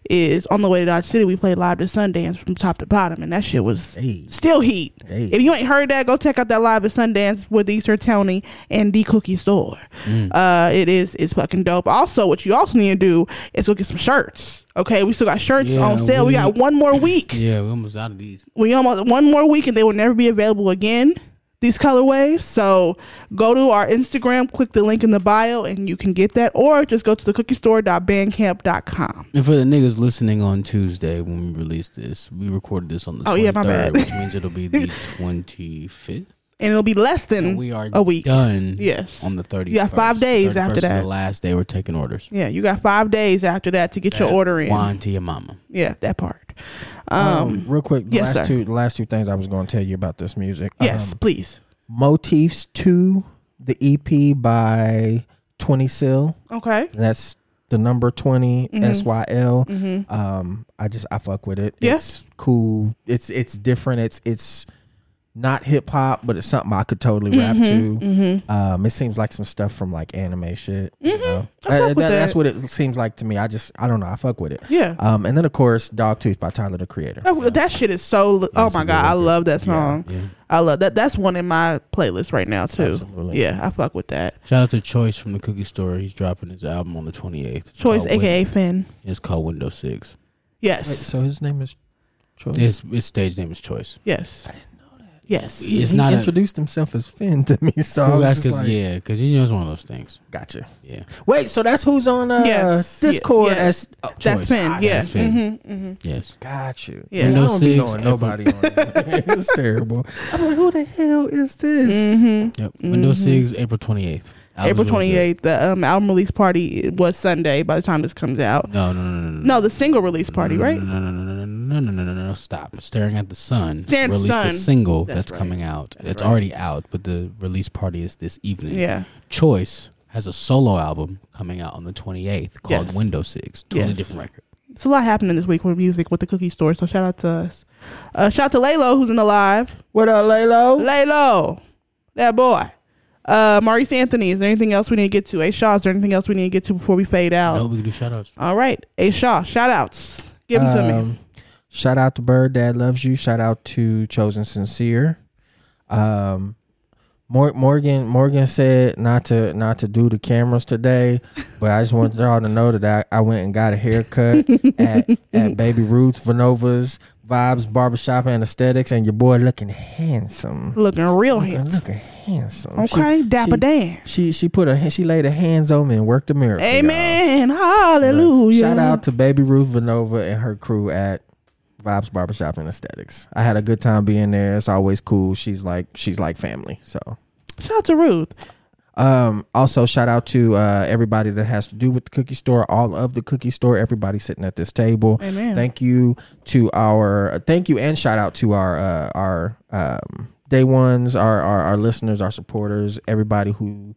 Speaker 1: is on the way to Dodge City. We played live to Sundance from top to bottom, and that shit was
Speaker 2: Hey,
Speaker 1: still heat.
Speaker 2: hey.
Speaker 1: If you ain't heard that, go check out that live at Sundance with Easter Tony and the Cookie Store.
Speaker 2: Mm.
Speaker 1: Uh, it is it's fucking dope. Also, what you also need to do is go get some shirts. Okay, we still got shirts
Speaker 3: Yeah,
Speaker 1: on sale. We,
Speaker 3: we-
Speaker 1: got one more week.
Speaker 3: Yeah, we almost out of these.
Speaker 1: We almost one more week, and they will never be available again. These colorways. So go to our Instagram, click the link in the bio, and you can get that, or just go to the cookiestore.bandcamp.com.
Speaker 3: And for the niggas listening on Tuesday when we released this, we recorded this on the
Speaker 1: Oh,
Speaker 3: 23rd,
Speaker 1: yeah, my bad.
Speaker 3: which means it'll be the 25th.
Speaker 1: And it'll be less than
Speaker 3: And we are
Speaker 1: a week.
Speaker 3: done
Speaker 1: Yes.
Speaker 3: on the 30th.
Speaker 1: You got five days after that.
Speaker 3: The last day we're taking orders.
Speaker 1: yeah, you got five days after that to get your order in.
Speaker 3: Wine to your mama.
Speaker 1: Yeah, that part.
Speaker 2: Um,
Speaker 1: Um,
Speaker 2: real quick, the
Speaker 1: yes,
Speaker 2: last
Speaker 1: sir.
Speaker 2: two the last two things I was going to tell you about this music.
Speaker 1: yes,
Speaker 2: Um,
Speaker 1: please.
Speaker 2: Motifs Two, the EP by Twenty Sil.
Speaker 1: Okay.
Speaker 2: That's the number 20
Speaker 1: Mhm.
Speaker 2: S Y L.
Speaker 1: Mm-hmm.
Speaker 2: Um, I just I fuck with it.
Speaker 1: Yeah.
Speaker 2: It's cool. It's it's different. It's it's not hip hop, but it's something I could totally rap to.
Speaker 1: Mm-hmm.
Speaker 2: Um, it seems like some stuff from like anime shit. You know?
Speaker 1: I fuck
Speaker 2: Uh,
Speaker 1: with
Speaker 2: that- That's
Speaker 1: that.
Speaker 2: what it seems like to me. I just I don't know. I fuck with it.
Speaker 1: Yeah.
Speaker 2: Um, and then of course, Dog Tooth by Tyler the Creator.
Speaker 1: Oh, that shit is so. oh
Speaker 3: it's a
Speaker 1: my
Speaker 3: good
Speaker 1: god, I
Speaker 3: record.
Speaker 1: love that song.
Speaker 3: Yeah.
Speaker 1: I love that. That's one in my playlist right now too.
Speaker 2: Absolutely.
Speaker 1: Yeah, I fuck with that.
Speaker 3: Shout out to Choice from the Cookie Store. He's dropping his album on the 28th. It's
Speaker 1: Choice,
Speaker 3: called
Speaker 1: aka
Speaker 3: Win-
Speaker 1: Finn.
Speaker 3: It's called Window 6.
Speaker 1: Yes,
Speaker 2: Wait, so his name is. Troy.
Speaker 3: His, his stage name is Choice.
Speaker 1: yes. I didn't know that. Yes,
Speaker 2: He,
Speaker 3: It's
Speaker 2: he
Speaker 3: not a-
Speaker 2: introduced himself as Finn to me, so Oh, I
Speaker 3: Who
Speaker 2: was
Speaker 3: asked
Speaker 2: just
Speaker 3: us-
Speaker 2: like,
Speaker 3: yeah, because you know it's one of those things.
Speaker 2: gotcha.
Speaker 3: Yeah.
Speaker 2: Wait, so that's who's on uh,
Speaker 1: Yes.
Speaker 2: Discord?
Speaker 1: Yes.
Speaker 2: That's oh,
Speaker 1: that's
Speaker 2: Choice.
Speaker 1: Finn.
Speaker 2: Ah,
Speaker 1: Yeah.
Speaker 3: that's Finn.
Speaker 1: Mm-hmm, mm-hmm.
Speaker 3: Yes.
Speaker 2: Got you.
Speaker 1: Yeah.
Speaker 2: Man, I
Speaker 3: Windows
Speaker 2: don't be
Speaker 3: six,
Speaker 2: knowing nobody on it. It's terrible. I'm like, who the hell is this?
Speaker 1: Mm-hmm.
Speaker 3: Yep. Window
Speaker 1: Mhm.
Speaker 3: 6, April 28th. Album's
Speaker 1: April
Speaker 3: really
Speaker 1: twenty
Speaker 3: good.
Speaker 1: eighth, the um, album release party was Sunday. By the time this comes out,
Speaker 3: No, no, no, no, no.
Speaker 1: no, the single release party,
Speaker 3: no,
Speaker 1: right?
Speaker 3: No, no, no, no, no, no, no, no, no, no, no. Stop. Staring at the Sun
Speaker 1: Staring at the
Speaker 3: released
Speaker 1: Sun.
Speaker 3: a single
Speaker 1: That's
Speaker 3: that's,
Speaker 1: right.
Speaker 3: coming out. That's
Speaker 1: right.
Speaker 3: already out, but the release party is this evening.
Speaker 1: Yeah,
Speaker 3: Choice has a solo album coming out on the 28th called
Speaker 1: Yes.
Speaker 3: Window 6. Totally
Speaker 1: Yes.
Speaker 3: different record.
Speaker 1: it's a lot happening this week with music with the Cookie Store. So shout out to us. Uh, shout out to Laylo who's in the live.
Speaker 2: What up, Lalo?
Speaker 1: Laylo, that boy. Uh, Maurice Anthony, is there anything else we need to get to? A Shaw, is there anything else we need to get to before we fade out?
Speaker 3: No, we can do shout outs.
Speaker 1: All right, A Shaw, shout outs. Give them to me.
Speaker 2: Um, Shout out to Bird Dad Loves You. Shout out to Chosen Sincere. Um, Mor- Morgan Morgan said not to not to do the cameras today, but I just want y'all to know that I, I went and got a haircut at, at Baby Ruth Vanova's Vibes Barbershop and Aesthetics, and your boy looking handsome.
Speaker 1: Looking real
Speaker 2: Looking,
Speaker 1: handsome.
Speaker 2: looking handsome. She-
Speaker 1: Okay, dapper
Speaker 2: she-
Speaker 1: Dan.
Speaker 2: She she put her she laid her hands on me and worked the miracle. y'all.
Speaker 1: Amen.
Speaker 2: But
Speaker 1: Hallelujah.
Speaker 2: Shout out to Baby Ruth Vanova and her crew at Vibes Barbershop and Aesthetics. I had a good time being there. It's always cool. She's like she's like family. So
Speaker 1: Shout out to Ruth.
Speaker 2: um also shout out to uh everybody that has to do with the cookie store, all of the cookie store, everybody sitting at this table.
Speaker 1: Amen.
Speaker 2: Thank you to our uh, thank you and shout out to our uh, our um, day ones, our, our our listeners, our supporters, everybody who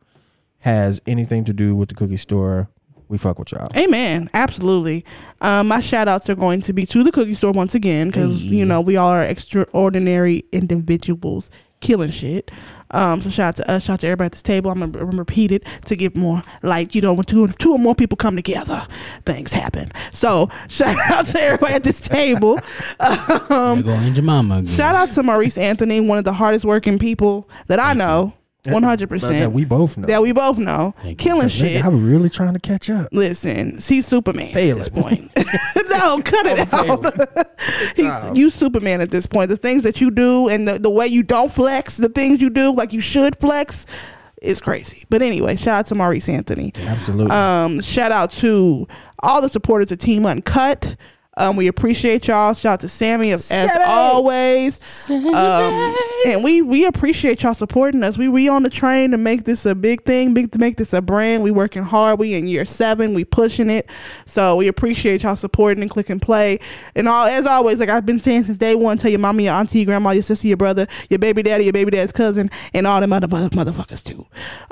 Speaker 2: has anything to do with the cookie store. We fuck with y'all.
Speaker 1: Amen. Absolutely. Um, my shout outs are going to be to the cookie store once again because, you know, we all are extraordinary individuals killing shit. Um, so shout out to us, shout out to everybody at this table. I'm going to repeat it to give more like, you know, when two, two or more people come together, things happen. So shout out to everybody at this table. Um,
Speaker 3: There go Angel Mama again.
Speaker 1: Shout out to Maurice Anthony, one of the hardest working people that I know, one hundred
Speaker 2: That
Speaker 1: percent
Speaker 2: we both know.
Speaker 1: that we both know,
Speaker 3: Thank you.
Speaker 1: killing
Speaker 2: Cause nigga,
Speaker 1: shit.
Speaker 2: I'm really trying to catch up.
Speaker 1: Listen, he's Superman
Speaker 2: Failing.
Speaker 1: at this point. no, cut it out.
Speaker 2: Time.
Speaker 1: he's you Superman at this point. The things that you do and the, the way you don't flex, the things you do like you should flex, is crazy. But anyway, shout out to Maurice Anthony.
Speaker 2: Absolutely.
Speaker 1: Um, shout out to all the supporters of Team Uncut. Um, we appreciate y'all. Shout out to Sammy as, as
Speaker 2: Sammy!
Speaker 1: always. Um, and we we appreciate y'all supporting us. We we on the train to make this a big thing, big to make this a brand. We working hard. We in year seven. We pushing it. So we appreciate y'all supporting and click and play. And all as always, like I've been saying since day one, tell your mama, your auntie, your grandma, your sister, your brother, your baby daddy, your baby dad's cousin, and all them other mother, motherfuckers too.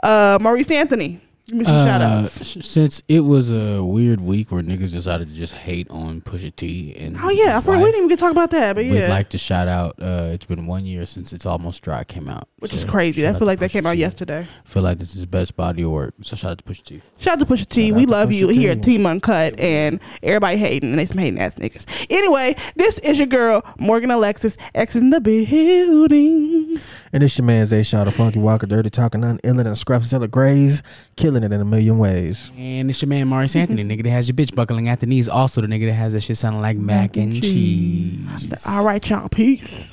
Speaker 1: Uh, Maurice Anthony, give me some shout
Speaker 3: Uh,
Speaker 1: outs.
Speaker 3: s- since it was a weird week where niggas decided to just hate on Pusha T and
Speaker 1: Oh yeah, I
Speaker 3: his
Speaker 1: forgot we
Speaker 3: wife,
Speaker 1: didn't even talk about that, but
Speaker 3: we'd
Speaker 1: yeah,
Speaker 3: like to shout out. Uh, it's been one year since it's almost dry came out,
Speaker 1: which
Speaker 3: So
Speaker 1: is crazy.
Speaker 3: shout
Speaker 1: I
Speaker 3: out
Speaker 1: feel
Speaker 3: to
Speaker 1: like that came
Speaker 3: Pusha
Speaker 1: out
Speaker 3: T.
Speaker 1: yesterday.
Speaker 3: Feel like this is the best body of work. So shout out to Pusha T.
Speaker 1: Shout out to Pusha T.
Speaker 2: Shout
Speaker 1: we
Speaker 2: out to
Speaker 1: love
Speaker 2: Pusha
Speaker 1: you
Speaker 2: T.
Speaker 1: here at Team Uncut, and everybody hating, and they some hating ass niggas. Anyway, this is your girl Morgan Alexis X in the building.
Speaker 2: and it's your man Zay Shaw, the Funky Walker, Dirty Talking, None Iller and Scruffzilla Grays, killing it in a million ways.
Speaker 3: And it's your man Maurice Anthony, nigga that has your bitch buckling at the knees. Also the nigga that has that shit sounding like mac and cheese.
Speaker 1: All right, y'all. Peace.